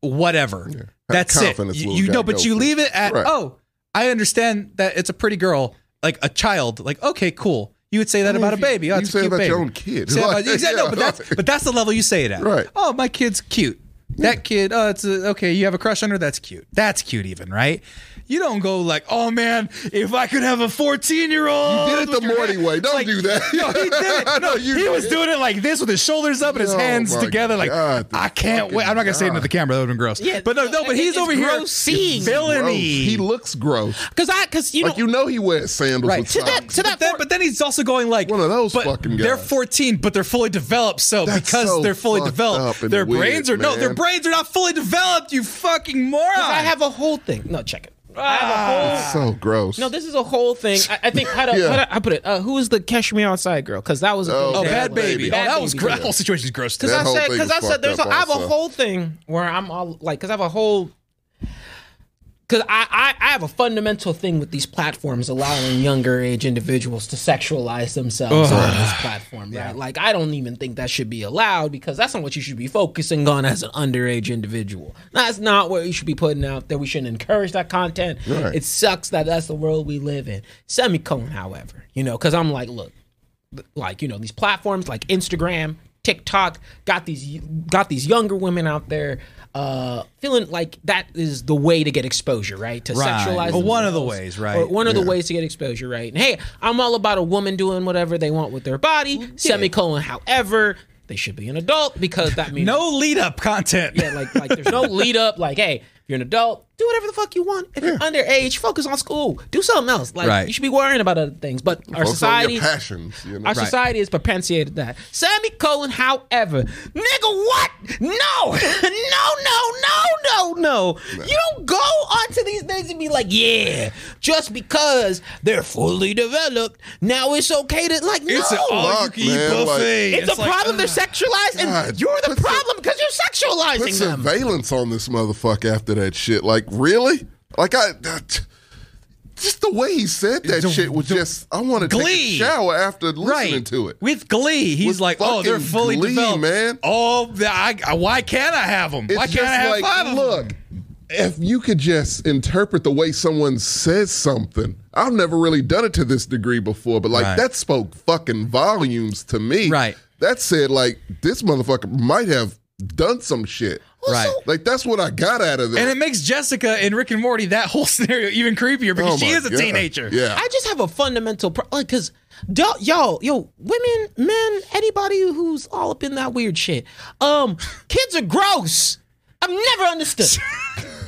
Speaker 1: Whatever. That's it.
Speaker 3: confidence,
Speaker 1: You,
Speaker 3: little
Speaker 1: you
Speaker 3: guy,
Speaker 1: know,
Speaker 3: go
Speaker 1: but you
Speaker 3: for it.
Speaker 1: leave it at,
Speaker 3: Right.
Speaker 1: oh, I understand that it's a pretty girl, like a child. Like, okay, cool. You would say that
Speaker 3: mean,
Speaker 1: about a
Speaker 3: if you-
Speaker 1: baby. Oh,
Speaker 3: you
Speaker 1: it's a
Speaker 3: say
Speaker 1: cute
Speaker 3: about your
Speaker 1: baby.
Speaker 3: own kid.
Speaker 1: Say about-
Speaker 3: Like,
Speaker 1: exactly. No, but
Speaker 3: yeah.
Speaker 1: that's but that's the level you say it at.
Speaker 3: Right.
Speaker 1: Oh, my kid's cute. That kid, oh, it's a, okay. You have a crush on her. That's cute. That's cute, even right. You don't go like, oh man, if I could have a fourteen-year-old.
Speaker 3: You did it the Morty way. Don't do that.
Speaker 1: No, he did
Speaker 3: I
Speaker 1: it.
Speaker 3: know
Speaker 1: No,
Speaker 3: you
Speaker 1: he
Speaker 3: did
Speaker 1: was
Speaker 3: it.
Speaker 1: doing it like this with his shoulders up and his
Speaker 3: Oh,
Speaker 1: hands
Speaker 3: my
Speaker 1: together. Like,
Speaker 3: God,
Speaker 1: I can't
Speaker 3: fucking
Speaker 1: wait. I'm not gonna say it into
Speaker 3: God.
Speaker 1: the camera. That would've been gross.
Speaker 2: Yeah,
Speaker 1: but no, no. But
Speaker 2: it-
Speaker 1: he's
Speaker 2: it's
Speaker 1: over here.
Speaker 2: gross seeing.
Speaker 1: villainy.
Speaker 3: Gross. He looks gross.
Speaker 2: Because I because you know
Speaker 3: Like you know he wears sandals
Speaker 1: Right.
Speaker 3: with
Speaker 1: To
Speaker 2: that-
Speaker 3: socks.
Speaker 2: to
Speaker 1: But then, but then he's also going like
Speaker 3: One of those
Speaker 1: but
Speaker 3: fucking
Speaker 1: They're
Speaker 3: guys.
Speaker 1: 14, but they're fully developed. So
Speaker 3: That's
Speaker 1: because
Speaker 3: so
Speaker 1: they're fully
Speaker 3: fucked up
Speaker 1: developed,
Speaker 3: and
Speaker 1: their
Speaker 3: weird,
Speaker 1: brains are no, their
Speaker 3: man.
Speaker 1: brains are not fully developed. You fucking moron!
Speaker 2: I have a whole thing. No, check it. I
Speaker 1: Ah.
Speaker 2: have a whole
Speaker 3: so gross.
Speaker 2: No, this is a whole thing. I, I think how do,
Speaker 3: Yeah.
Speaker 2: how do I put it? Uh, who was the Catch Me Outside girl? Because that was a
Speaker 3: Oh,
Speaker 1: oh,
Speaker 2: thing.
Speaker 1: bad,
Speaker 3: Bad
Speaker 1: baby.
Speaker 3: Baby.
Speaker 1: Oh,
Speaker 2: Bad
Speaker 1: that was
Speaker 2: Baby.
Speaker 1: gr- that whole situation's gross. Too.
Speaker 2: Because I
Speaker 3: whole
Speaker 2: said
Speaker 3: thing
Speaker 2: because I
Speaker 3: was
Speaker 2: said there's
Speaker 3: fucked
Speaker 2: a,
Speaker 3: up
Speaker 2: I have a
Speaker 3: also.
Speaker 2: whole thing where I'm all like because I have a whole because I, I I have a fundamental thing with these platforms allowing younger age individuals to sexualize themselves on this platform, right? Like I don't even think that should be allowed because that's not what you should be focusing on as an underage individual. That's not what you should be putting out there. We shouldn't encourage that content.
Speaker 3: Right.
Speaker 2: It sucks that that's the world we live in. Semicolon, however, you know, because I'm like, look, like you know these platforms like Instagram, TikTok got these got these younger women out there uh feeling like that is the way to get exposure, right? To
Speaker 1: Right.
Speaker 2: sexualize
Speaker 1: Or one of the
Speaker 2: themselves.
Speaker 1: ways, right?
Speaker 2: Or one of the ways to get exposure, right? And hey, I'm all about a woman doing whatever they want with their body. Semicolon, however, they should be an adult because that means
Speaker 1: no lead up content.
Speaker 2: yeah, like like there's no lead up. Like, hey, if you're an adult, do whatever the fuck you want. If you're underage, focus on school. Do something else. Like
Speaker 1: Right.
Speaker 2: you should be worrying about other things. But our
Speaker 3: Also,
Speaker 2: society
Speaker 3: your passions. You know?
Speaker 2: our society is propensitated that. Semicolon, however. Nigga, what? No. no, no, no, no, no. You don't go onto these things and be like, yeah, just because they're fully developed, now it's okay to, like,
Speaker 1: it's an
Speaker 2: no.
Speaker 1: all you can eat
Speaker 3: man, like-
Speaker 1: buffet.
Speaker 2: it's, a
Speaker 1: like, uh,
Speaker 2: problem. they're sexualized, and
Speaker 3: God,
Speaker 2: you're the
Speaker 3: put some-
Speaker 2: problem because you're
Speaker 3: Put
Speaker 2: sexualizing them.
Speaker 3: surveillance on this motherfucker after that shit. Like really? Like I. That, just the way he said that
Speaker 1: The-
Speaker 3: shit was
Speaker 1: the-
Speaker 3: just. I want to take
Speaker 1: Glee.
Speaker 3: a shower after listening
Speaker 1: Right
Speaker 3: to it.
Speaker 1: with Glee, he's
Speaker 3: With
Speaker 1: like, "Oh, they're
Speaker 3: fucking
Speaker 1: fully
Speaker 3: Glee,
Speaker 1: developed,
Speaker 3: man.
Speaker 1: Oh, the- I, I- why can't I have them? Why can't I have five of them?
Speaker 3: look, if you could just interpret the way someone says something, I've never really done it to this degree before, but like
Speaker 1: Right.
Speaker 3: that spoke fucking volumes to me.
Speaker 1: Right.
Speaker 3: That said, like this motherfucker might have done some shit.
Speaker 1: Right.
Speaker 3: Like that's what I got out of
Speaker 1: And
Speaker 3: that.
Speaker 1: it makes Jessica and Rick and Morty that whole scenario even creepier because
Speaker 3: Oh
Speaker 1: she
Speaker 3: my
Speaker 1: is a
Speaker 3: God.
Speaker 1: teenager.
Speaker 3: Yeah.
Speaker 2: I just have a fundamental problem because, yo, yo, women, men, anybody who's all up in that weird shit. Um, kids are gross. I've never understood.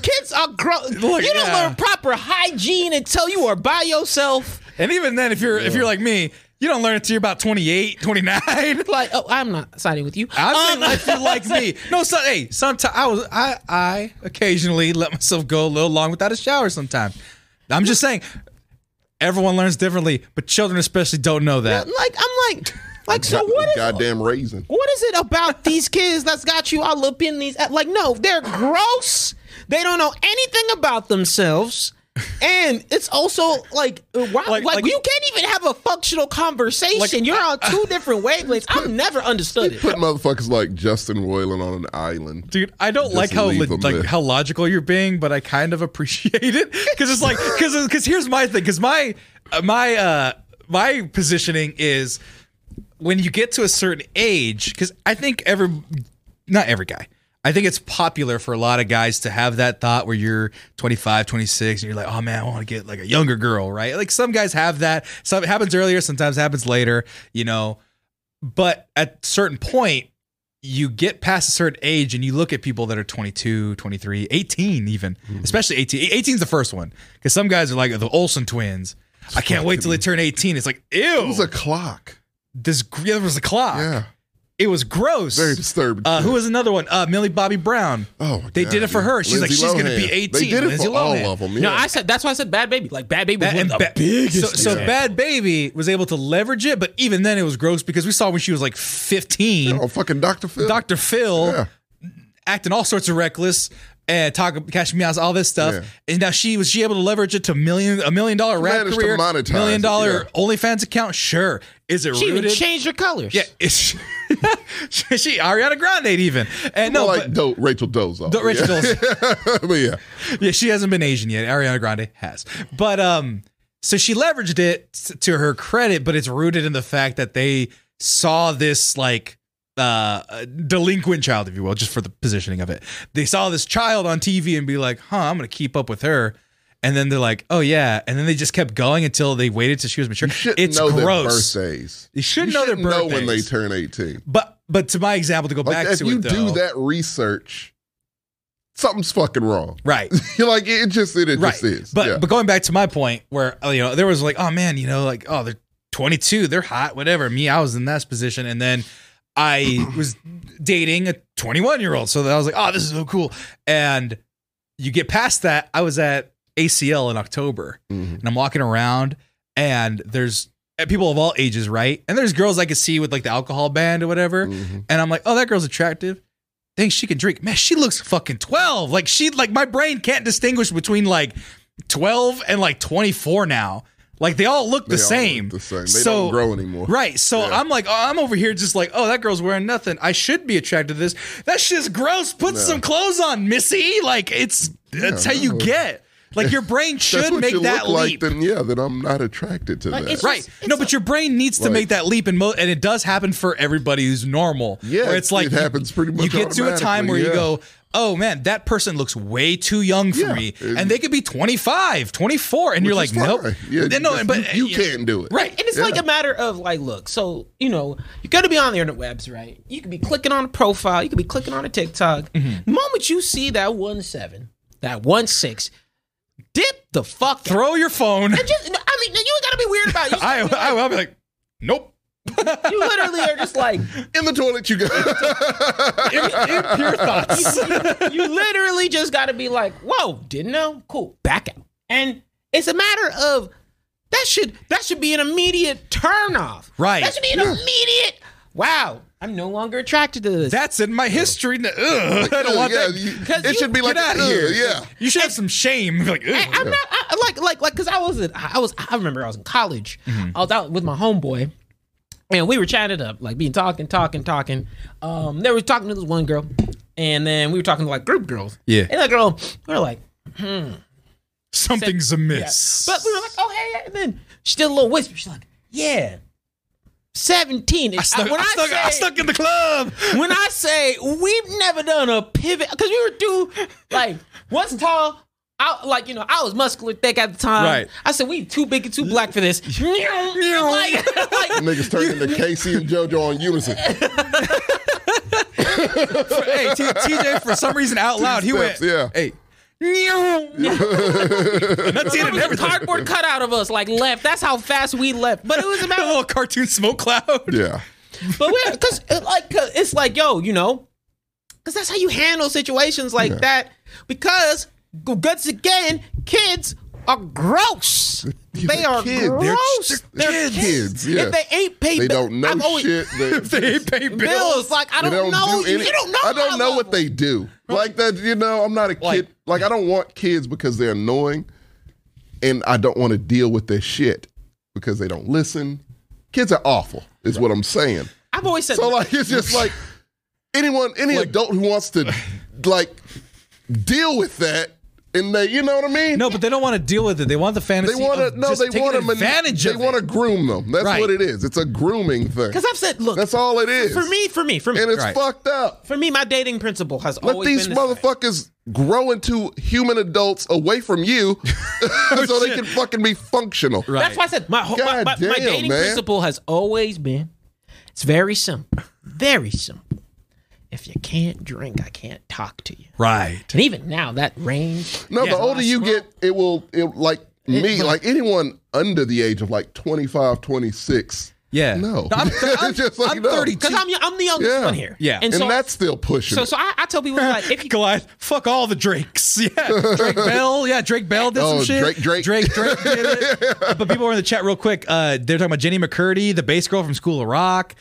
Speaker 2: kids are gross. You don't
Speaker 1: yeah.
Speaker 2: learn proper hygiene until you are by yourself.
Speaker 1: And even then, if you're if you're like me, you don't learn until you're about 28, 29.
Speaker 2: Like, oh, I'm not siding with you.
Speaker 1: I'm
Speaker 2: Um,
Speaker 1: saying like if you're like me. No, so, hey, sometimes I was I I occasionally let myself go a little long without a shower. Sometimes I'm just saying, everyone learns differently, but children especially don't know that.
Speaker 2: like I'm like, like so what is
Speaker 3: Goddamn raisin.
Speaker 2: what is it about these kids that's got you all up in these? Like, no, they're gross. They don't know anything about themselves. And it's also like, uh, why,
Speaker 1: Like-
Speaker 2: like,
Speaker 1: like-
Speaker 2: you can't even have a functional conversation.
Speaker 1: Like-
Speaker 2: You're on two different wavelengths. I've never understood it.
Speaker 3: Put motherfuckers like Justin Roiland on an island.
Speaker 1: Dude, I don't like how
Speaker 3: leave
Speaker 1: li-
Speaker 3: them
Speaker 1: like
Speaker 3: there.
Speaker 1: how logical you're being, but I kind of appreciate it because it's like because because here's my thing because my uh, my uh my positioning is when you get to a certain age because I think every not every guy I think it's popular for a lot of guys to have that thought where you're 25 26 and you're like oh man I want to get like a younger girl right like some guys have that some it happens earlier sometimes it happens later you know but at certain point you get past a certain age and you look at people that are 22 23 18 even
Speaker 3: Mm-hmm.
Speaker 1: especially 18 18 is the first one because some guys are like the olsen twins i can't wait till they turn 18 it's like ew
Speaker 3: It was a clock.
Speaker 1: this gr- there was a clock
Speaker 3: Yeah.
Speaker 1: it was gross
Speaker 3: Very disturbing.
Speaker 1: uh, who
Speaker 3: shit.
Speaker 1: was another one? Uh, Millie Bobby Brown.
Speaker 3: Oh, my
Speaker 1: they
Speaker 3: God,
Speaker 1: did it for
Speaker 3: dude.
Speaker 1: her. She's
Speaker 3: Lindsay
Speaker 1: like, she's going to
Speaker 3: Lohan.
Speaker 1: be 18.
Speaker 3: They did it
Speaker 1: Lindsay
Speaker 3: for all
Speaker 1: Lohan.
Speaker 3: of them. Yeah.
Speaker 2: No, I said that's why I said bad baby. Like bad baby was
Speaker 1: That-
Speaker 2: one
Speaker 1: and
Speaker 2: of the
Speaker 1: Ba-
Speaker 2: biggest.
Speaker 1: So, so
Speaker 2: examples.
Speaker 1: Bad Baby was able to leverage it, but even then it was gross because we saw when she was like 15.
Speaker 3: oh, fucking Dr. Phil.
Speaker 1: Dr. Phil
Speaker 3: Yeah.
Speaker 1: acting all sorts of reckless and talk cash meows, all this stuff.
Speaker 3: Yeah.
Speaker 1: And now she was she able to leverage it to million a million dollar rap
Speaker 3: managed to
Speaker 1: career,
Speaker 3: monetize
Speaker 1: million
Speaker 3: it,
Speaker 1: dollar
Speaker 3: yeah.
Speaker 1: OnlyFans account. Sure, is it
Speaker 2: she even
Speaker 1: rooted?
Speaker 2: changed her colors.
Speaker 1: yeah, it's, she, she Ariana Grande even. And no,
Speaker 3: More
Speaker 1: but-
Speaker 3: like Do- Rachel Dozo.
Speaker 1: Do- Rachel
Speaker 3: yeah. Dozo. but yeah.
Speaker 1: yeah, she hasn't been Asian yet. Ariana Grande has, but um, so she leveraged it s- to her credit, but it's rooted in the fact that they saw this like uh delinquent child, if you will, just for the positioning of it. They saw this child on TV and be like, "Huh, I'm gonna keep up with her." And then they're like, "Oh yeah," and then they just kept going until they waited till she was mature.
Speaker 3: You shouldn't
Speaker 1: It's
Speaker 3: know
Speaker 1: gross.
Speaker 3: their birthdays.
Speaker 1: You shouldn't
Speaker 3: you
Speaker 1: know their
Speaker 3: shouldn't know
Speaker 1: birthdays.
Speaker 3: when they turn 18.
Speaker 1: but but to my example, to go
Speaker 3: Like,
Speaker 1: back
Speaker 3: if
Speaker 1: to
Speaker 3: you
Speaker 1: it,
Speaker 3: do
Speaker 1: though,
Speaker 3: that research, something's fucking wrong.
Speaker 1: right?
Speaker 3: You're like, it just, it, it
Speaker 1: right.
Speaker 3: just is.
Speaker 1: But
Speaker 3: yeah.
Speaker 1: but going back to my point where oh, you know there was like oh man you know like oh they're 22 they're hot whatever me I was in that position and then I was dating a 21 year old so then I was like oh this is so cool and you get past that I was at ACL in October
Speaker 3: Mhm.
Speaker 1: and I'm walking around and there's and people of all ages right and there's girls I could see with like the alcohol band or whatever
Speaker 3: Mhm.
Speaker 1: and I'm like, oh, that girl's attractive. Thinks she can drink. Man, she looks fucking 12. Like she like my brain can't distinguish between like 12 and like 24 now. Like they all look the
Speaker 3: They all look
Speaker 1: same.
Speaker 3: the same. They
Speaker 1: so,
Speaker 3: don't grow anymore.
Speaker 1: Right. So
Speaker 3: Yeah.
Speaker 1: I'm like, oh, I'm over here just like, oh, that girl's wearing nothing. I should be attracted to this. That shit's gross. Put
Speaker 3: No.
Speaker 1: some clothes on, Missy. Like it's that's how you
Speaker 3: no.
Speaker 1: get. Like your brain
Speaker 3: If that's
Speaker 1: should
Speaker 3: what
Speaker 1: make
Speaker 3: you
Speaker 1: that
Speaker 3: look like,
Speaker 1: leap.
Speaker 3: then yeah, then I'm not attracted to that.
Speaker 2: it's
Speaker 1: Right.
Speaker 2: It's
Speaker 1: no, but your brain needs to
Speaker 3: Like-
Speaker 1: make that leap, and mo- and it does happen for everybody who's normal.
Speaker 3: Yeah,
Speaker 1: where it's like
Speaker 3: it happens pretty much
Speaker 1: You get to a time where you
Speaker 3: automatically,
Speaker 1: go, oh man, that person looks way too young for
Speaker 3: Yeah,
Speaker 1: me,
Speaker 3: it-
Speaker 1: and they could be 25, 24, and you're like,
Speaker 3: Which is
Speaker 1: nope,
Speaker 3: fine. Yeah,
Speaker 1: Then no,
Speaker 3: that's-
Speaker 1: but
Speaker 3: you, you can't do it.
Speaker 1: Right.
Speaker 2: And it's like a matter of like, look, so you know, you got to be on the interwebs, right? You could be clicking on a profile, you could be clicking on a TikTok. The moment you see that one seven, that one six, dip the fuck. out.
Speaker 1: Throw your phone.
Speaker 2: Just, no, I mean, you ain't gotta be weird about it. You,
Speaker 1: I, I will be like, nope.
Speaker 2: you literally are just like,
Speaker 3: In the toilet, you go.
Speaker 1: Impure thoughts.
Speaker 2: you literally just gotta be like, whoa, didn't know, cool, back out. And it's a matter of that should that should be an immediate turnoff.
Speaker 1: Right.
Speaker 2: That should be an immediate. Wow, I'm no longer attracted to this.
Speaker 1: That's in my history. Ugh, I don't want
Speaker 3: yeah,
Speaker 1: that.
Speaker 3: you-
Speaker 2: 'Cause
Speaker 3: it
Speaker 2: you-
Speaker 3: should be like,
Speaker 1: Get out of
Speaker 3: "Ugh,
Speaker 1: here.
Speaker 3: yeah.
Speaker 1: You should have some shame. Like, ugh.
Speaker 2: I, I'm not I, like like like because I wasn't. I was. I remember I was in college.
Speaker 1: Mm-hmm.
Speaker 2: I was out with my homeboy, and we were chatting up, like being talking, talking, talking. Um, they were talking to this one girl, and then we were talking to like group girls.
Speaker 1: Yeah.
Speaker 2: and that girl, we were like,
Speaker 1: Something's amiss.
Speaker 2: but we were like, oh hey, and then she did a little whisper. She's like, yeah. 17.
Speaker 1: I stuck,
Speaker 2: when
Speaker 1: I, stuck, I stuck in the club.
Speaker 2: when I say we've never done a pivot, because we were too like once tall. I, like you know, I was muscular thick at the time.
Speaker 1: Right.
Speaker 2: I said we too big and too black for this. like, like
Speaker 3: Niggas turned into Casey and JoJo on unison.
Speaker 1: hey, T- TJ, for some reason, out loud, he
Speaker 3: steps,
Speaker 1: went,
Speaker 3: yeah.
Speaker 1: hey, that's it
Speaker 2: it
Speaker 1: and
Speaker 2: was a
Speaker 1: everything.
Speaker 2: cardboard cutout of us. Like left. That's how fast we left. But it was
Speaker 1: A
Speaker 2: about
Speaker 1: little cartoon smoke cloud.
Speaker 3: Yeah.
Speaker 2: But we because like 'cause it's like yo, you know, because that's how you handle situations like that. Because g- once again, kids are gross.
Speaker 3: Yeah,
Speaker 2: they
Speaker 3: they're
Speaker 2: are
Speaker 3: kids. They're-
Speaker 2: gross.
Speaker 3: they're kids, yeah.
Speaker 2: If they ain't paid,
Speaker 3: They
Speaker 2: bill-
Speaker 3: don't know
Speaker 2: I've always-
Speaker 3: shit. They,
Speaker 1: If they ain't pay bills.
Speaker 2: Bills, like I
Speaker 3: they
Speaker 2: don't, know.
Speaker 3: do
Speaker 2: you,
Speaker 3: any-
Speaker 2: you don't know.
Speaker 3: I don't
Speaker 2: my
Speaker 3: know what
Speaker 2: level.
Speaker 3: they do. Like that, you know, I'm not a
Speaker 1: Like-
Speaker 3: kid. Like I don't want kids because they're annoying, and I don't want to deal with their shit because they don't listen. Kids are awful. Is what I'm saying.
Speaker 2: I've always said.
Speaker 3: So like it's just like anyone any adult who wants to like deal with that and they you know what I mean?
Speaker 1: No, but they don't want to deal with it. They want the
Speaker 3: They
Speaker 1: fantasy.
Speaker 3: want
Speaker 1: of
Speaker 3: to no
Speaker 1: just
Speaker 3: they
Speaker 1: taking
Speaker 3: want to
Speaker 1: advantage
Speaker 3: they
Speaker 1: of
Speaker 3: want
Speaker 1: it.
Speaker 3: to groom them. That's
Speaker 1: Right.
Speaker 3: what it is. It's a grooming thing.
Speaker 2: because I've said, look,
Speaker 3: That's all it is.
Speaker 2: for me, for me, for me,
Speaker 3: and it's
Speaker 1: Right.
Speaker 3: fucked up.
Speaker 2: for me, my dating principle has
Speaker 3: Let
Speaker 2: always
Speaker 3: these
Speaker 2: been this way.
Speaker 3: motherfuckers grow into human adults away from you so they can fucking be functional.
Speaker 1: Right.
Speaker 2: That's why I said my whole, my,
Speaker 3: God
Speaker 2: my, my
Speaker 3: damn,
Speaker 2: dating
Speaker 3: man.
Speaker 2: principle has always been it's very simple, very simple. If you can't drink, I can't talk to you.
Speaker 1: Right.
Speaker 2: And even now, that range.
Speaker 3: No,
Speaker 1: Yeah.
Speaker 3: the older you get, it will it like me, like anyone under the age of like 25, 26.
Speaker 1: Yeah.
Speaker 3: No.
Speaker 1: I'm, I'm,
Speaker 3: It's just like,
Speaker 1: I'm
Speaker 3: no.
Speaker 1: 32.
Speaker 2: Because I'm I'm the youngest
Speaker 3: Yeah.
Speaker 2: one here.
Speaker 1: Yeah.
Speaker 2: And
Speaker 3: And,
Speaker 2: so
Speaker 3: that's still pushing.
Speaker 2: so
Speaker 3: it.
Speaker 2: so I, I tell people like if you
Speaker 1: Goliath, fuck all the Drakes. Yeah, Drake Bell. Yeah, Drake Bell did some
Speaker 3: Oh,
Speaker 1: shit.
Speaker 3: Drake, Drake.
Speaker 1: Drake, Drake did it. But people were in the chat real quick. Uh, they're talking about Jenny McCurdy, the bass girl from School of Rock.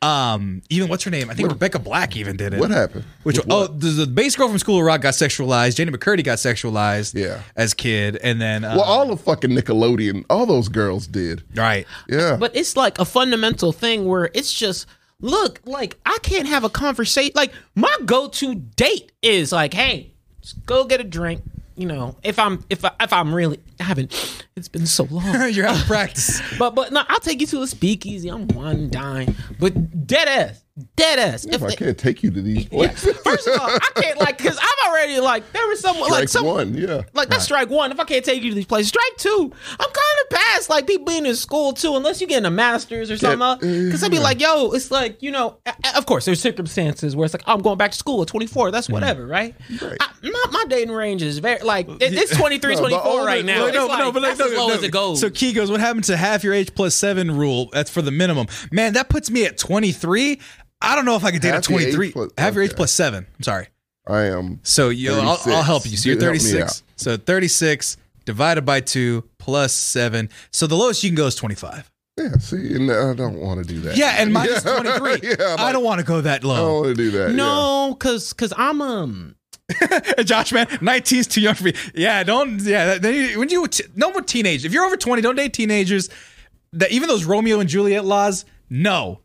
Speaker 1: Um, even what's her name? I think Rebecca Black even did it.
Speaker 3: What happened?
Speaker 1: Which
Speaker 3: With
Speaker 1: oh, the, the bass girl from School of Rock got sexualized. Jenny McCurdy got sexualized.
Speaker 3: Yeah.
Speaker 1: as kid, and then uh,
Speaker 3: Well, all the fucking Nickelodeon, all those girls did.
Speaker 1: right.
Speaker 3: Yeah.
Speaker 2: but it's like a fundamental thing where it's just look like i can't have a conversation like my go-to date is like hey let's go get a drink you know if i'm if, I, if i'm really I haven't it's been so long
Speaker 1: You're out of practice.
Speaker 2: but but no i'll take you to a speakeasy i'm one dime but dead ass dead ass
Speaker 3: if
Speaker 2: if
Speaker 3: I can't take you to these places.
Speaker 2: first of all i can't like because i'm already like there was someone like
Speaker 3: like
Speaker 2: some
Speaker 3: one, yeah.
Speaker 2: like that's strike one. If I can't take you to these places, strike two. I'm kind of past like people being in school too, unless you're getting a master's or something. Because I'd be like,
Speaker 3: Mm-hmm.
Speaker 2: yo, it's like you know, a- a- of course there's circumstances where it's like I'm going back to school at 24. That's
Speaker 3: Mm.
Speaker 2: whatever, right? I, my, my dating range is very like it- it's 23,
Speaker 3: No, but
Speaker 2: 24
Speaker 3: older-
Speaker 2: right now.
Speaker 3: no,
Speaker 2: It's like, that's as low as it goes.
Speaker 1: So Key goes, what happened to half your age plus seven rule? That's for the minimum. Man, that puts me at 23. I don't know if I could date at
Speaker 3: Half your age
Speaker 1: 23.
Speaker 3: plus-
Speaker 1: half your age
Speaker 3: okay.
Speaker 1: plus seven. I'm sorry.
Speaker 3: I am.
Speaker 1: So you, I'll, I'll
Speaker 3: 36.
Speaker 1: help you. So you're
Speaker 3: You help me
Speaker 1: 36.
Speaker 3: out.
Speaker 1: So 36 divided by two plus seven. So the lowest you can go is 25.
Speaker 3: Yeah, see, and I don't want to do that.
Speaker 1: Yeah, and mine is 23.
Speaker 3: Yeah, Oh. I'm
Speaker 1: I don't want to go that
Speaker 3: I don't
Speaker 1: low.
Speaker 3: want to do that.
Speaker 2: no, because because I'm um
Speaker 1: Josh, man, 19 is too young for me. Yeah, don't. Yeah, that- then you- when you no more teenage. If you're over 20, don't date teenagers. That even those Romeo and Juliet laws. No,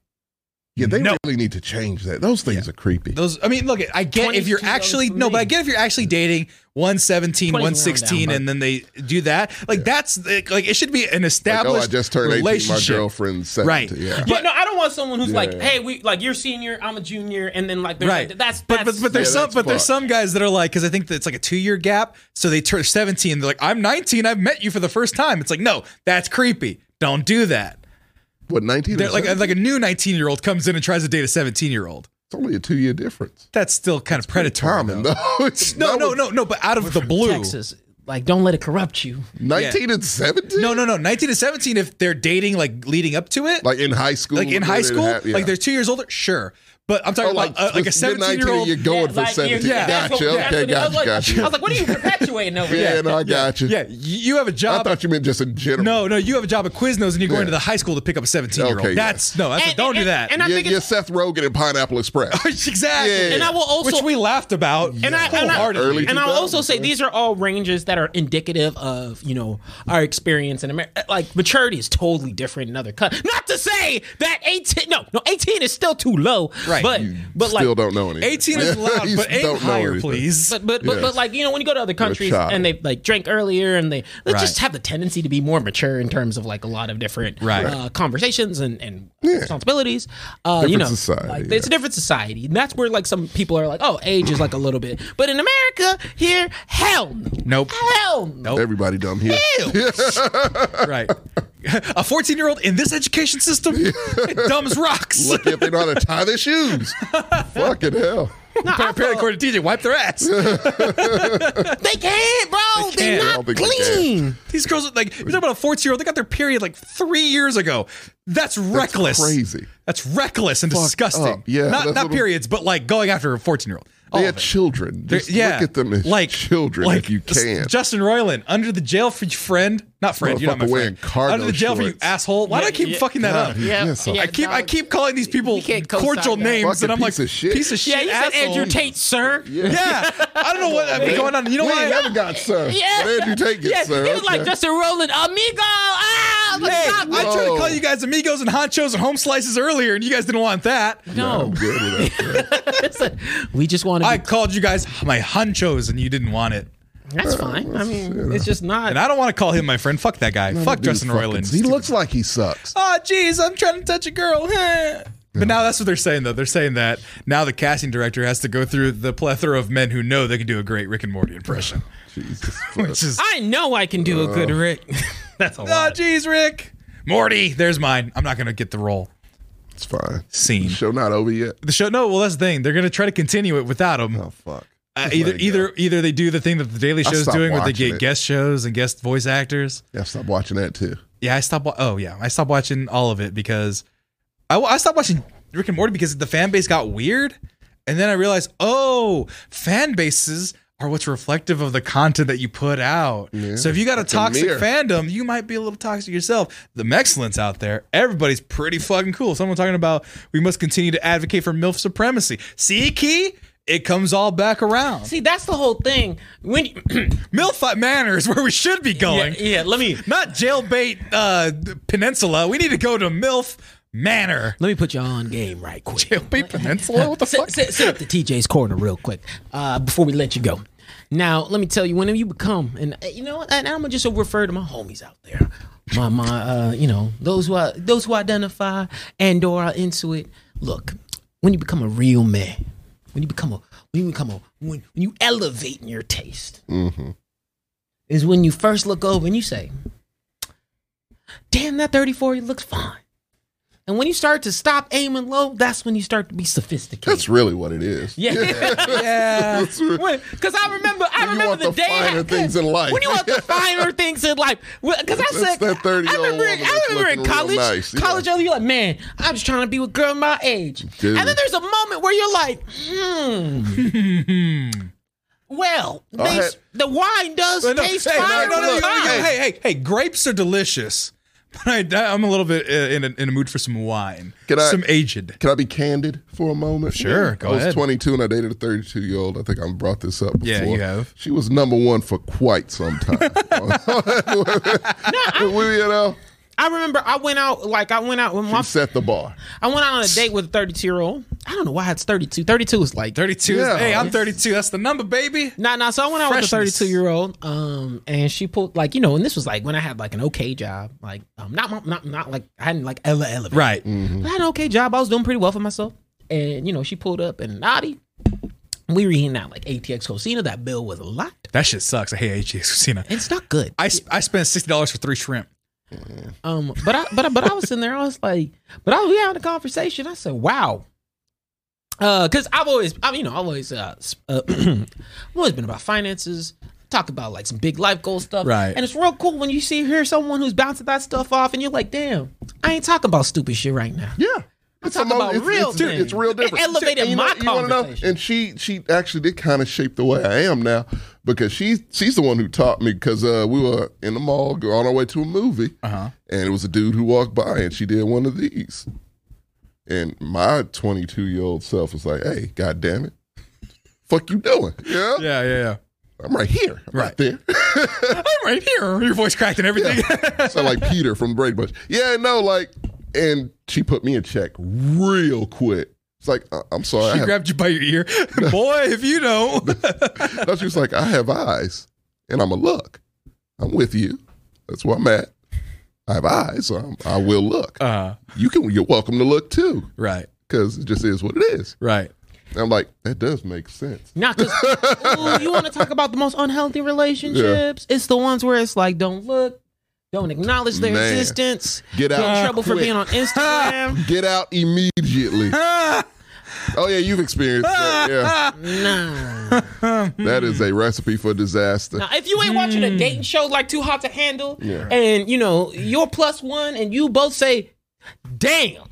Speaker 3: Yeah, yeah they
Speaker 1: No.
Speaker 3: really need to change that. Those things are creepy. oh,
Speaker 1: Those, I mean, look, I get if you're
Speaker 2: 22
Speaker 1: actually
Speaker 2: for
Speaker 1: no, but I
Speaker 2: me.
Speaker 1: get if you're actually dating one seventeen,
Speaker 2: 20 's
Speaker 1: one
Speaker 2: around
Speaker 1: sixteen,
Speaker 2: down,
Speaker 1: and then they do that. Like that's like, like, it should be an
Speaker 3: Like, oh,
Speaker 1: established
Speaker 3: I just turned 18. My
Speaker 1: relationship.
Speaker 3: girlfriend's 17.
Speaker 1: right?
Speaker 3: Yeah.
Speaker 2: But no, I don't want someone who's like,
Speaker 3: Yeah.
Speaker 2: hey, we like you're senior, I'm a junior, and then like, there's,
Speaker 1: Right,
Speaker 2: like that's,
Speaker 1: but,
Speaker 2: that's
Speaker 1: but but there's
Speaker 3: Yeah,
Speaker 1: some
Speaker 3: that's
Speaker 1: but there's
Speaker 3: fucked.
Speaker 1: some guys that are like because I think that it's like a two year gap, so they turn seventeen. They're like, I'm nineteen, I've met you for the first time. It's like, no, that's creepy. Don't do that.
Speaker 3: What, 19?
Speaker 1: They're
Speaker 3: Like,
Speaker 1: like uh, like a new nineteen year old comes in and tries to date a seventeen year old.
Speaker 3: it's only a two year difference.
Speaker 1: That's still kind of predatory.
Speaker 3: Common,
Speaker 1: though.
Speaker 3: though. It's-
Speaker 1: No,
Speaker 3: that
Speaker 1: no,
Speaker 3: was-
Speaker 1: no, no. But out of the blue,
Speaker 2: Texas. Like, don't let it corrupt you.
Speaker 3: 19 and 17?
Speaker 1: No, no, no. 19 to 17, if they're dating like leading up to it, like,
Speaker 3: Like in high school.
Speaker 1: in high
Speaker 3: it
Speaker 1: school,
Speaker 3: hap- yeah.
Speaker 1: like they're two years older, sure. But I'm talking
Speaker 3: Oh,
Speaker 1: about uh, like a
Speaker 3: with- you're
Speaker 1: 17 year
Speaker 3: 19,
Speaker 1: old.
Speaker 3: You're going for
Speaker 2: like, you're-
Speaker 3: 17.
Speaker 1: yeah, that's
Speaker 3: Gotcha.
Speaker 2: what- that's
Speaker 3: Okay,
Speaker 2: what- I was
Speaker 3: gotcha,
Speaker 2: like- I was
Speaker 3: gotcha.
Speaker 2: like, what are you perpetuating over
Speaker 3: Yeah,
Speaker 2: here?
Speaker 3: no, I gotcha.
Speaker 1: Yeah, y- you have a
Speaker 3: I
Speaker 1: job.
Speaker 3: thought you meant just in general.
Speaker 1: no, no, you have a job at Quiznos and you're going
Speaker 3: Yeah.
Speaker 1: to the high school to pick up a 17 year
Speaker 3: Okay, yeah.
Speaker 1: old. That's no, that's
Speaker 2: And-
Speaker 1: don't do
Speaker 2: and-
Speaker 1: that.
Speaker 2: and I
Speaker 3: You're,
Speaker 2: think
Speaker 3: you're
Speaker 2: it's-
Speaker 3: Seth Rogen in Pineapple Express.
Speaker 1: exactly.
Speaker 3: Yeah.
Speaker 2: And I will also-
Speaker 1: which we laughed about.
Speaker 2: and I, and, I,
Speaker 1: wholeheartedly.
Speaker 3: Early
Speaker 2: and I'll
Speaker 3: 2000s,
Speaker 2: also say
Speaker 3: right?
Speaker 2: these are all ranges that are indicative of you know our experience in America. Like maturity is totally different in other countries. Not to say that eighteen, no, no, eighteen is still too low.
Speaker 1: Right.
Speaker 2: But
Speaker 3: You
Speaker 2: but
Speaker 3: still
Speaker 2: like
Speaker 3: don't know anything.
Speaker 1: 18 is
Speaker 3: Yeah,
Speaker 1: loud,
Speaker 3: you
Speaker 1: but
Speaker 3: don't
Speaker 1: aim
Speaker 3: know
Speaker 1: higher,
Speaker 3: anything.
Speaker 1: please.
Speaker 2: but but, but
Speaker 3: Yes.
Speaker 2: like you know when you go to other countries
Speaker 3: child.
Speaker 2: and they like drink earlier and they they
Speaker 1: Right.
Speaker 2: just have the tendency to be more mature in terms of like a lot of different
Speaker 1: Right.
Speaker 2: uh, conversations and and responsibilities. Uh, you
Speaker 3: Different
Speaker 2: know,
Speaker 3: society,
Speaker 2: like,
Speaker 3: yeah.
Speaker 2: it's a different society. And that's where like some people are like, oh, age is like a little bit. But in America, here, hell, no.
Speaker 1: Nope.
Speaker 2: hell, no.
Speaker 3: Everybody dumb here.
Speaker 1: right. A 14 year old in this education system, dumb as rocks.
Speaker 3: Lucky if they know how to tie their shoes. Fucking hell.
Speaker 1: Apparently, according to DJ, wipe their ass.
Speaker 2: They can't, bro.
Speaker 1: can't. I
Speaker 2: They are not
Speaker 3: don't think they
Speaker 2: clean.
Speaker 1: These girls, are like, you're talking about a 14 year old, they got their period like three years ago. That's reckless.
Speaker 3: crazy.
Speaker 1: That's reckless and disgusting.
Speaker 3: up. Yeah,
Speaker 1: Not,
Speaker 3: that's
Speaker 1: not
Speaker 3: what-
Speaker 1: periods, but like going after a 14 year old.
Speaker 3: They had children. Just look at them as like, children if you
Speaker 1: s-
Speaker 3: can.
Speaker 1: Justin Roiland, under the jail for your friend, not friend, you're not my
Speaker 3: Motherfucker wearing
Speaker 1: friend.
Speaker 3: cargo
Speaker 1: Under the jail for you
Speaker 3: shorts.
Speaker 1: asshole. Why do I keep fucking that up?
Speaker 3: Yeah.
Speaker 1: I keep
Speaker 2: no,
Speaker 1: I keep calling these people
Speaker 2: you can't co-sign
Speaker 1: cordial
Speaker 2: that.
Speaker 1: names,
Speaker 3: Fucking
Speaker 1: and I'm like
Speaker 3: piece of shit.
Speaker 1: piece of shit.
Speaker 2: Yeah, you said
Speaker 1: asshole.
Speaker 2: Andrew Tate, sir.
Speaker 1: Yeah, I don't know what I've been going on. You know
Speaker 3: we
Speaker 1: what?
Speaker 3: ain't never got sir.
Speaker 2: Yeah.
Speaker 3: But Andrew take it,
Speaker 2: Yeah,
Speaker 3: sir.
Speaker 2: he was like
Speaker 3: Okay.
Speaker 2: Justin Roland, amigo. Ah, I'm like,
Speaker 1: Hey, I
Speaker 2: stop.
Speaker 1: tried to
Speaker 3: Whoa.
Speaker 1: call you guys amigos and honchos and home slices earlier, and you guys didn't want that.
Speaker 2: No,
Speaker 3: I'm good with that.
Speaker 2: we just want to.
Speaker 1: I
Speaker 2: be
Speaker 1: called you guys my honchos, and you didn't want it.
Speaker 2: That's fine. I mean, it's just not.
Speaker 1: And I don't want to call him my friend. Fuck that guy. Fuck
Speaker 3: Dude
Speaker 1: Justin
Speaker 3: fucking-
Speaker 1: Roiland.
Speaker 3: He looks like he sucks.
Speaker 1: oh geez, I'm trying to touch a girl. Huh. But now that's what they're saying though. They're saying that now the casting director has to go through the plethora of men who know they can do a great Rick and Morty impression.
Speaker 3: Jesus.
Speaker 1: Which is
Speaker 2: I know I can do a good Rick. That's a
Speaker 1: oh
Speaker 2: lot.
Speaker 1: geez, Rick. Morty, there's mine. I'm not gonna get the role.
Speaker 3: It's fine.
Speaker 1: Scene.
Speaker 3: Show not over yet.
Speaker 1: The show no, well that's the thing. They're gonna try to continue it without him.
Speaker 3: Oh fuck.
Speaker 1: Uh, either
Speaker 3: let it
Speaker 1: either either they do the thing that the Daily
Speaker 3: I
Speaker 1: Show's
Speaker 3: stopped
Speaker 1: doing where they
Speaker 3: watching
Speaker 1: get
Speaker 3: it.
Speaker 1: guest shows and guest voice actors.
Speaker 3: Yeah, stop watching that too.
Speaker 1: Yeah, I stopped. Wa- oh yeah, I stopped watching all of it because I, wa- I stopped watching Rick and Morty because the fan base got weird, and then I realized oh, fan bases are what's reflective of the content that you put out. So if you got a
Speaker 3: It's a
Speaker 1: toxic
Speaker 3: mirror.
Speaker 1: fandom, you might be a little toxic yourself. The Mexlins out there, everybody's pretty fucking cool. Someone talking about we must continue to advocate for MILF supremacy. See, Key, it comes all back around.
Speaker 2: See, that's the whole thing. When you,
Speaker 1: MILF manner is where we should be
Speaker 2: yeah,
Speaker 1: going
Speaker 2: yeah, let me
Speaker 1: not jailbait uh, peninsula. We need to go to MILF Manor.
Speaker 2: let me put you on game right quick.
Speaker 1: Jailbait peninsula? What the
Speaker 2: sit, sit, sit at the TJ's corner real quick uh, before we let you go. Now, let me tell you, whenever you become, and uh, you know, what, and I'm gonna just refer to my homies out there, my my, uh, you know, those who are, those who identify and or are into it. Look, when you become a real man, when you become a when you become a when, when you elevate in your taste, is when you first look over and you say, "Damn, that 34 looks fine." And when you start to stop aiming low, that's when you start to be sophisticated.
Speaker 3: That's really what it is.
Speaker 2: Yeah.
Speaker 1: Yeah.
Speaker 3: That's re-
Speaker 2: Because I remember, I
Speaker 3: When you
Speaker 2: remember
Speaker 3: want
Speaker 2: the
Speaker 3: the
Speaker 2: day.
Speaker 3: finer things in life.
Speaker 2: When you want the finer things in life. Because I
Speaker 3: That's
Speaker 2: said,
Speaker 3: that 30
Speaker 2: I
Speaker 3: -year-old
Speaker 2: remember, I
Speaker 3: woman that's
Speaker 2: remember in
Speaker 3: looking real
Speaker 2: college,
Speaker 3: nice, yeah.
Speaker 2: college, you're like, man, I'm just trying to be with girl my age.
Speaker 3: Dude.
Speaker 2: And then there's a moment where you're like, hmm. well,
Speaker 3: I
Speaker 2: they-
Speaker 3: had-
Speaker 2: the wine does
Speaker 1: No, hey,
Speaker 2: taste
Speaker 1: no,
Speaker 2: fine.
Speaker 1: no, no,
Speaker 2: with
Speaker 1: no,
Speaker 2: time.
Speaker 1: hey, hey, hey, hey, grapes are delicious. But I, I'm a little bit uh, in a, in a mood for some wine.
Speaker 3: Can I-
Speaker 1: some aged.
Speaker 3: Can I be candid for a moment?
Speaker 1: Sure, go
Speaker 3: I was
Speaker 1: ahead.
Speaker 3: 22 and I dated a 32 year old. I think I brought this up before.
Speaker 1: Yeah, you have.
Speaker 3: She was number one for quite some time. we, you know,
Speaker 2: I remember I went out, like, I went out with my,
Speaker 3: she set the bar.
Speaker 2: I went out on a date with a 32 year old. I don't know why it's 32. 32 is like
Speaker 1: 32. is-
Speaker 3: Yeah.
Speaker 1: hey, I'm 32. That's the number, baby.
Speaker 2: Nah, nah. So I went out with
Speaker 1: Freshness.
Speaker 2: a 32 year old, um, and she pulled like you know, and this was like when I had like an okay job, like um, not my- not not like I hadn't like ele elevated,
Speaker 1: Right.
Speaker 2: but I had an okay job. I was doing pretty well for myself, and you know, she pulled up and naughty. We were eating out like ATX Cocina. That bill was a lot.
Speaker 1: That shit sucks. I hate HGS Casino.
Speaker 2: It's not good.
Speaker 1: I, sp- I spent $60 for three shrimp.
Speaker 2: Um, but I but I, but I was in there. I was like, but I we having a conversation. I said, wow. Uh, cause I've always, I mean, you know, I've always, uh, sp- uh I've always been about finances. Talk about like some big life goal stuff,
Speaker 1: Right.
Speaker 2: And it's real cool when you see hear someone who's bouncing that stuff off, and you're like, damn, I ain't talking about stupid shit right now.
Speaker 3: Yeah. It's
Speaker 2: talking about
Speaker 3: it's,
Speaker 2: real
Speaker 3: it's,
Speaker 2: things.
Speaker 3: it's real different.
Speaker 2: It elevated
Speaker 3: And you
Speaker 2: my
Speaker 3: know- you wanna know?
Speaker 2: conversation.
Speaker 3: And she she actually did kind of shape the way I am now because she she's the one who taught me because uh, we were in the mall go- on our way to a movie
Speaker 2: Uh-huh.
Speaker 3: and it was a dude who walked by and she did one of these and my 22 year old self was like, hey, god damn it, fuck you doing? Yeah,
Speaker 1: Yeah, yeah, yeah.
Speaker 3: I'm right here, I'm
Speaker 1: Right.
Speaker 3: right there.
Speaker 1: I'm right here. Your voice cracked and everything.
Speaker 3: Sound like Peter from Brady Bunch. Yeah, no, like, and she put me in check real quick. It's It's like, uh, I'm sorry. I
Speaker 1: She
Speaker 3: have,
Speaker 1: grabbed you by your ear. Boy, if you don't.
Speaker 3: no, she was like, I have eyes and I'm a look. I'm with you. That's where I'm at. I have eyes. So I'm, I will look.
Speaker 1: Uh,
Speaker 3: You can, you're welcome to look too,
Speaker 1: right,
Speaker 3: because it just is what it is.
Speaker 1: right.
Speaker 3: And I'm like, that does make sense.
Speaker 2: Not because you want to talk about the most unhealthy relationships. It's the ones where it's like, don't look, don't acknowledge their
Speaker 3: Man.
Speaker 2: existence,
Speaker 3: Get
Speaker 2: get in
Speaker 3: out.
Speaker 2: trouble for
Speaker 3: quick.
Speaker 2: being on Instagram.
Speaker 3: Get out immediately.
Speaker 1: Ah,
Speaker 3: Oh yeah, you've experienced that. Yeah,
Speaker 2: nah.
Speaker 3: that is a recipe for disaster.
Speaker 2: Now, if you ain't watching a dating show like Too Hot to Handle,
Speaker 3: Yeah.
Speaker 2: and you know you're plus one, and you both say, "Damn,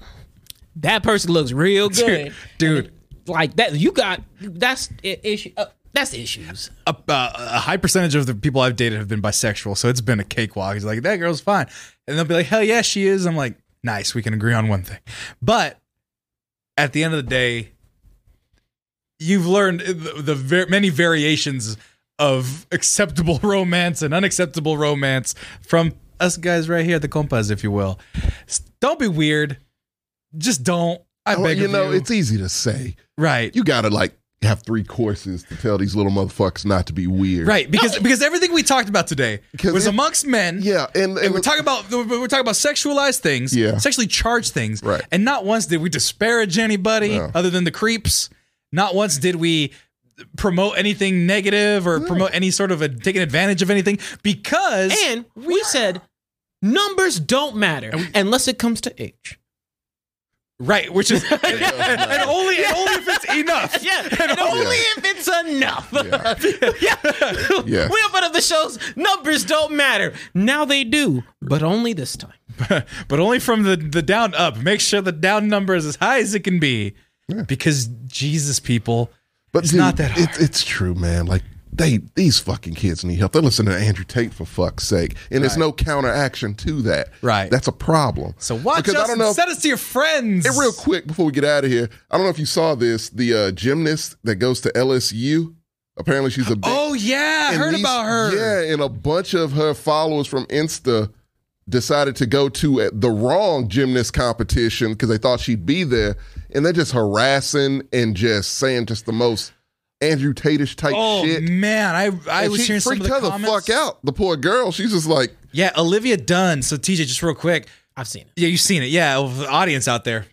Speaker 2: that person looks real good,"
Speaker 1: dude.
Speaker 2: like that, you got that's i- issue. Uh, that's issues.
Speaker 1: a, uh, a high percentage of the people I've dated have been bisexual, so it's been a cakewalk. He's like, that girl's fine, and they'll be like, hell yeah, she is. I'm like, nice, we can agree on one thing. But at the end of the day, you've learned the, the ver- many variations of acceptable romance and unacceptable romance from us guys right here, the compas, if you will. S- Don't be weird. Just don't. I
Speaker 3: Well,
Speaker 1: beg
Speaker 3: you
Speaker 1: of
Speaker 3: know,
Speaker 1: you.
Speaker 3: it's easy to say.
Speaker 1: right.
Speaker 3: You gotta like have three courses to tell these little motherfuckers not to be weird.
Speaker 1: Right, because because everything we talked about today
Speaker 3: 'Cause
Speaker 1: was
Speaker 3: it-
Speaker 1: amongst men.
Speaker 3: Yeah, and,
Speaker 1: and we're talking about we're talking about sexualized things,
Speaker 3: Yeah.
Speaker 1: sexually charged things,
Speaker 3: Right.
Speaker 1: And not once did we disparage anybody
Speaker 3: No.
Speaker 1: other than the creeps. Not once did we promote anything negative or promote any sort of a taking advantage of anything because
Speaker 2: And we said numbers don't matter unless it comes to age.
Speaker 1: right, which is and, and only and only if it's enough.
Speaker 2: Yeah, and, only if it's enough. Yeah,
Speaker 3: Yeah.
Speaker 2: we up out of the shows. Numbers don't matter. Now they do, but only this time.
Speaker 1: but only from the, the down up. Make sure the down number is as high as it can be. Because Jesus people,
Speaker 3: but
Speaker 1: it's not that hard.
Speaker 3: It, it's true, man. Like they these fucking kids need help. They listen to Andrew Tate for fuck's sake, and there's no counteraction to that.
Speaker 1: Right.
Speaker 3: That's a problem.
Speaker 1: so watch
Speaker 3: because
Speaker 1: us
Speaker 3: I don't know.
Speaker 1: and
Speaker 3: if-
Speaker 1: send us to your friends.
Speaker 3: And real quick before we get out of here, I don't know if you saw this. The uh, gymnast that goes to LSU. Apparently, she's a big,
Speaker 1: Oh yeah, I
Speaker 3: and
Speaker 1: heard
Speaker 3: these-
Speaker 1: about her.
Speaker 3: Yeah, and a bunch of her followers from Insta decided to go to uh, the wrong gymnast competition because they thought she'd be there, and they're just harassing and just saying just the most Andrew Tatish type
Speaker 1: Oh
Speaker 3: shit.
Speaker 1: man, I I
Speaker 3: And
Speaker 1: was
Speaker 3: she
Speaker 1: hearing some of
Speaker 3: freaked
Speaker 1: the
Speaker 3: her the
Speaker 1: comments.
Speaker 3: fuck out. The poor girl. She's just like,
Speaker 1: Yeah, Olivia Dunn. So TJ, just real quick.
Speaker 2: I've seen it.
Speaker 1: Yeah, you've seen it. Yeah, well, the audience out there,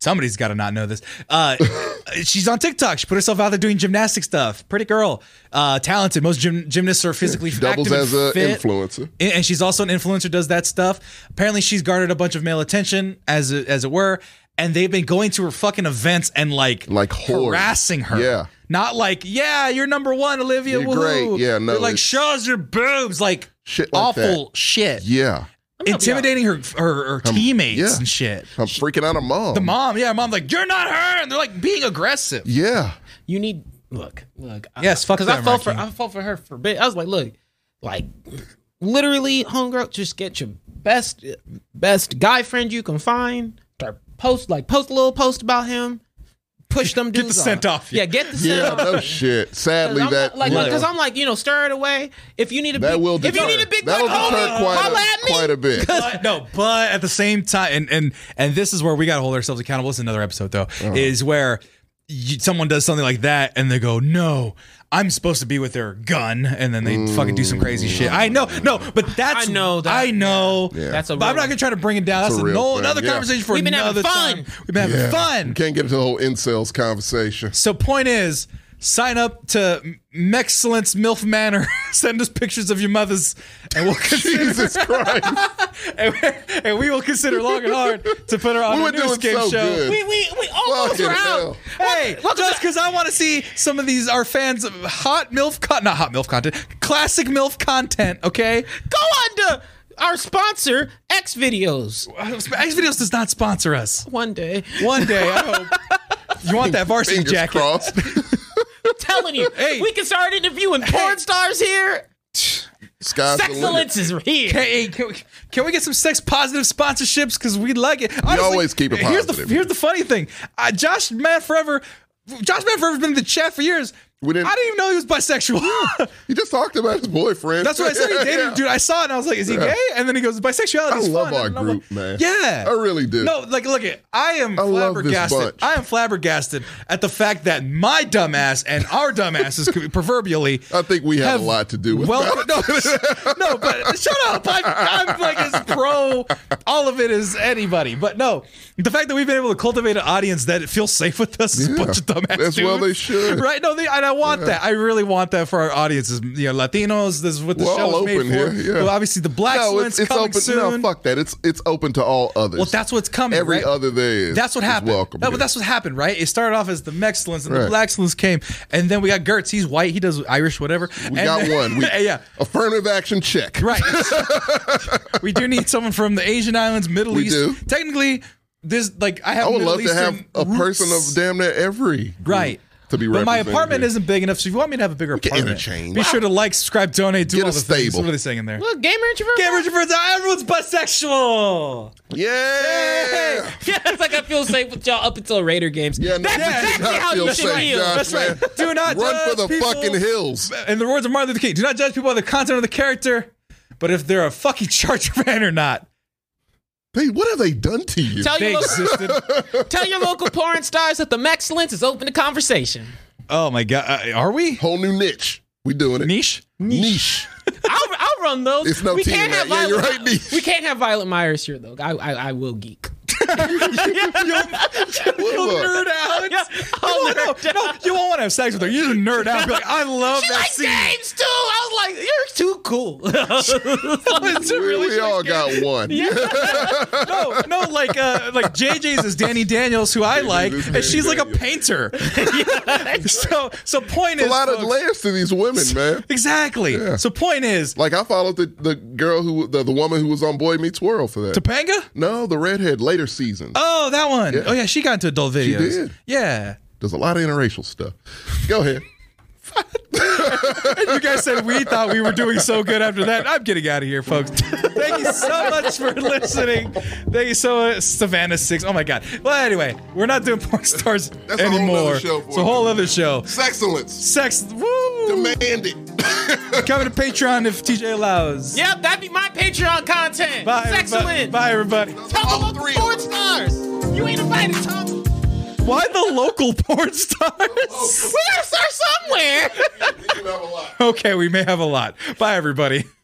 Speaker 1: somebody's got to not know this. Uh, she's on TikTok. She put herself out there doing gymnastic stuff. Pretty girl, uh, talented. Most gym, gymnasts are physically
Speaker 3: doubles
Speaker 1: active
Speaker 3: as
Speaker 1: and
Speaker 3: an
Speaker 1: fit.
Speaker 3: influencer.
Speaker 1: and and she's also an influencer does that stuff apparently she's garnered a bunch of male attention as it- as it were and they've been going to her fucking events and like
Speaker 3: Like whores.
Speaker 1: harassing her
Speaker 3: Yeah.
Speaker 1: not like yeah you're number one olivia
Speaker 3: You're
Speaker 1: woohoo.
Speaker 3: great. Yeah, no,
Speaker 1: They're like
Speaker 3: it's-
Speaker 1: shows your boobs like
Speaker 3: Shit like
Speaker 1: awful shit
Speaker 3: Yeah.
Speaker 1: intimidating her her, her teammates
Speaker 3: yeah.
Speaker 1: and shit
Speaker 3: I'm freaking out a mom.
Speaker 1: the mom yeah mom like you're not her and they're like being aggressive
Speaker 3: Yeah.
Speaker 2: You need look, look. I-
Speaker 1: Yes, fuck
Speaker 2: I
Speaker 1: them,
Speaker 2: felt for
Speaker 1: Rakeem.
Speaker 2: I felt for her for a bit. I was like, look, like literally, homegirl, just get your best best guy friend you can find. Start post like post a little post about him. Push them dudes
Speaker 1: the scent
Speaker 2: off.
Speaker 1: off you.
Speaker 2: Yeah, get the scent
Speaker 3: Yeah,
Speaker 2: off.
Speaker 3: no shit. Sadly,
Speaker 2: I'm
Speaker 3: that
Speaker 2: not- like,
Speaker 3: you know,
Speaker 2: because I'm like, you know, stir it away. If you need a
Speaker 3: that
Speaker 2: big,
Speaker 3: will
Speaker 2: if you
Speaker 3: deter-
Speaker 2: need a big
Speaker 3: that'll
Speaker 2: black
Speaker 3: deter
Speaker 2: homie, holla
Speaker 3: quite
Speaker 2: at
Speaker 3: a,
Speaker 2: me.
Speaker 3: quite a bit.
Speaker 1: but no, but at the same time, and and and this is where we got to hold ourselves accountable. This is another episode though,
Speaker 3: Uh-huh.
Speaker 1: is where you, someone does something like that and they go, "No, I'm supposed to be with their gun," and then they fucking do some crazy shit. I know, no, but that's
Speaker 2: I know that.
Speaker 1: I know.
Speaker 3: Yeah.
Speaker 2: That's a
Speaker 1: but I'm
Speaker 2: real
Speaker 1: not gonna try to bring it down.
Speaker 3: It's
Speaker 1: That's
Speaker 3: a real
Speaker 1: no,
Speaker 3: thing,
Speaker 1: another
Speaker 3: yeah.
Speaker 1: conversation for
Speaker 2: We've been having
Speaker 1: another
Speaker 2: fun.
Speaker 1: time. We've been having
Speaker 3: Yeah.
Speaker 1: fun.
Speaker 3: You can't get into the whole incels conversation.
Speaker 1: So point is, sign up to Mexcellence MILF Manor. Send us pictures of your mothers, and we'll consider
Speaker 3: Jesus Christ.
Speaker 1: and, we- and we will consider long and hard to put her on
Speaker 3: We
Speaker 1: a
Speaker 3: were
Speaker 1: news
Speaker 3: doing
Speaker 1: game
Speaker 3: so
Speaker 1: show.
Speaker 3: good.
Speaker 2: We we we almost
Speaker 3: Fucking
Speaker 2: were out.
Speaker 3: hell.
Speaker 1: Hey, just because I want to see some of these our fans of hot milf con- not hot milf content, classic milf content. Okay,
Speaker 2: Go on to our sponsor X Videos
Speaker 1: X Videos does not sponsor us.
Speaker 2: one day.
Speaker 1: One day, I hope you want that varsity
Speaker 3: Fingers
Speaker 1: jacket.
Speaker 3: crossed.
Speaker 2: telling you,
Speaker 1: Hey.
Speaker 2: we can start interviewing porn stars here.
Speaker 3: Sky's the limit.
Speaker 2: Excellence is
Speaker 1: Hey,
Speaker 2: here.
Speaker 1: hey, can we, can we get some sex positive sponsorships? Because we like it. Honestly,
Speaker 3: always keep it
Speaker 1: Here's the
Speaker 3: positive.
Speaker 1: here's the funny thing. Uh, Josh Matt Forever, Josh Matt Forever's been in the chat for years.
Speaker 3: We didn't.
Speaker 1: I didn't even know he was bisexual.
Speaker 3: he just talked about his boyfriend.
Speaker 1: That's what I said. He dated a dude. I saw it and I was like, is he
Speaker 3: Yeah.
Speaker 1: gay? And then he goes, bisexuality
Speaker 3: I
Speaker 1: is
Speaker 3: love
Speaker 1: fun.
Speaker 3: our
Speaker 1: And I'm
Speaker 3: group,
Speaker 1: like,
Speaker 3: man.
Speaker 1: Yeah.
Speaker 3: I really do.
Speaker 1: No, like, look at I am
Speaker 3: I love this bunch.
Speaker 1: flabbergasted. I am flabbergasted at the fact that my dumbass and our dumbasses, could be- proverbially,
Speaker 3: I think we had
Speaker 1: have
Speaker 3: a lot to do with
Speaker 1: well,
Speaker 3: that.
Speaker 1: no, no, but shut up. I'm, I'm like as pro all of it as anybody. But no, the fact that we've been able to cultivate an audience that feels safe with us is a bunch of dumbass
Speaker 3: as well
Speaker 1: dudes.
Speaker 3: they should.
Speaker 1: Right? No, they, and I want that. I really want that for our audiences. You know, Latinos. This is what the
Speaker 3: We're
Speaker 1: show is
Speaker 3: all
Speaker 1: made
Speaker 3: open
Speaker 1: for.
Speaker 3: here. Yeah.
Speaker 1: Well, obviously, the black
Speaker 3: No,
Speaker 1: one's coming
Speaker 3: open.
Speaker 1: soon.
Speaker 3: No, fuck that. It's it's open to all others.
Speaker 1: Well, that's what's coming.
Speaker 3: Every
Speaker 1: right?
Speaker 3: other day is-
Speaker 1: That's what
Speaker 3: is
Speaker 1: happened.
Speaker 3: welcome
Speaker 1: No,
Speaker 3: here.
Speaker 1: but that's what happened, right? It started off as the Mexcellence and
Speaker 3: Right.
Speaker 1: the Blackcellence came, and then we got Gertz. He's white. He does Irish, whatever.
Speaker 3: we got one. We,
Speaker 1: yeah,
Speaker 3: Affirmative action check.
Speaker 1: right. we do need someone from the Asian islands, Middle
Speaker 3: We
Speaker 1: East.
Speaker 3: do.
Speaker 1: Technically, this like I have.
Speaker 3: I would
Speaker 1: Middle
Speaker 3: love to
Speaker 1: Eastern
Speaker 3: have a person
Speaker 1: roots.
Speaker 3: of damn near every group
Speaker 1: Right.
Speaker 3: to be
Speaker 1: But my
Speaker 3: represented
Speaker 1: apartment
Speaker 3: here.
Speaker 1: isn't big enough, so if you want me to have a bigger
Speaker 3: can
Speaker 1: apartment,
Speaker 3: interchange.
Speaker 1: be sure to like, subscribe, donate, do
Speaker 3: Get
Speaker 1: all
Speaker 3: a
Speaker 1: the things.
Speaker 3: stable.
Speaker 1: What are they saying in there?
Speaker 2: Look, gamer introvert.
Speaker 1: Get rich for everyone's bisexual.
Speaker 3: Yeah.
Speaker 2: Yeah, it's like I feel safe with y'all up until Raider games.
Speaker 3: Yeah, no,
Speaker 2: that's
Speaker 3: you do
Speaker 2: exactly
Speaker 3: not
Speaker 2: how
Speaker 3: feel
Speaker 2: you should
Speaker 3: safe,
Speaker 2: feel.
Speaker 3: Josh,
Speaker 1: That's right.
Speaker 3: man.
Speaker 1: Do not
Speaker 3: Run for
Speaker 1: judge
Speaker 3: the
Speaker 1: people-
Speaker 3: fucking hills.
Speaker 1: In the words of Martin Luther King, do not judge people by the content of the character, but if they're a fucking Charger fan or not.
Speaker 3: Hey, what have they done to you?
Speaker 2: Tell
Speaker 1: They
Speaker 2: your, local,
Speaker 1: existed.
Speaker 2: tell your local porn stars that the Mexcellence is open to conversation.
Speaker 1: oh my god, uh, are we
Speaker 3: Whole new niche. We doing it.
Speaker 1: niche?
Speaker 3: Niche.
Speaker 2: I'll, I'll run those.
Speaker 3: It's no
Speaker 2: we
Speaker 3: team,
Speaker 2: can't have
Speaker 3: man. Yeah, you're
Speaker 2: Violet,
Speaker 3: right, Niche.
Speaker 2: We can't have Violet Myers here though. I I, I will geek.
Speaker 1: You'll
Speaker 3: Look.
Speaker 1: nerd out.
Speaker 2: Yeah, I'll
Speaker 1: you won't-
Speaker 2: nerd
Speaker 1: Oh, no, no, you won't want to have sex with her. You just nerd out. Be like, I love
Speaker 2: She
Speaker 1: that
Speaker 2: likes
Speaker 1: scene.
Speaker 2: games too. I was like, you're too cool.
Speaker 1: It's a
Speaker 3: We,
Speaker 1: really
Speaker 3: we all got one.
Speaker 1: no, no, like uh, like JJ's is Danny Daniels, who I like,
Speaker 3: is
Speaker 1: and
Speaker 3: Danny
Speaker 1: she's like a
Speaker 3: Daniels.
Speaker 1: painter. so so point
Speaker 3: A
Speaker 1: is
Speaker 3: lot of
Speaker 1: folks-
Speaker 3: layers to these women, man.
Speaker 1: exactly. So point is
Speaker 3: Like I followed the, the girl who the, the woman who was on Boy Meets World for that.
Speaker 1: Topanga.
Speaker 3: No, the redhead later season.
Speaker 1: Oh, that one. Oh yeah, she got into adult videos.
Speaker 3: did.
Speaker 1: Yeah.
Speaker 3: There's a lot of interracial stuff. Go ahead.
Speaker 1: You guys said we thought we were doing so good after that. I'm getting out of here, folks. Thank you so much for listening. Thank you so much, Savannah Six. Oh my God. Well, anyway, we're not doing porn stars
Speaker 3: That's a whole
Speaker 1: anymore.
Speaker 3: nother show for
Speaker 1: it's a whole other show.
Speaker 3: Excellence.
Speaker 1: Sex. Woo!
Speaker 3: Demand it.
Speaker 1: Coming to Patreon if TJ allows.
Speaker 2: yep, that'd be my Patreon content.
Speaker 1: Bye, everybody.
Speaker 2: Excellent.
Speaker 1: Bye, everybody.
Speaker 2: Tell
Speaker 3: All
Speaker 2: the local
Speaker 3: three of
Speaker 2: porn
Speaker 3: them.
Speaker 2: stars. You ain't invited, Tom. We
Speaker 1: Why the local porn stars?
Speaker 2: gotta start somewhere.
Speaker 3: You have a lot.
Speaker 1: okay, we may have a lot. Bye, everybody.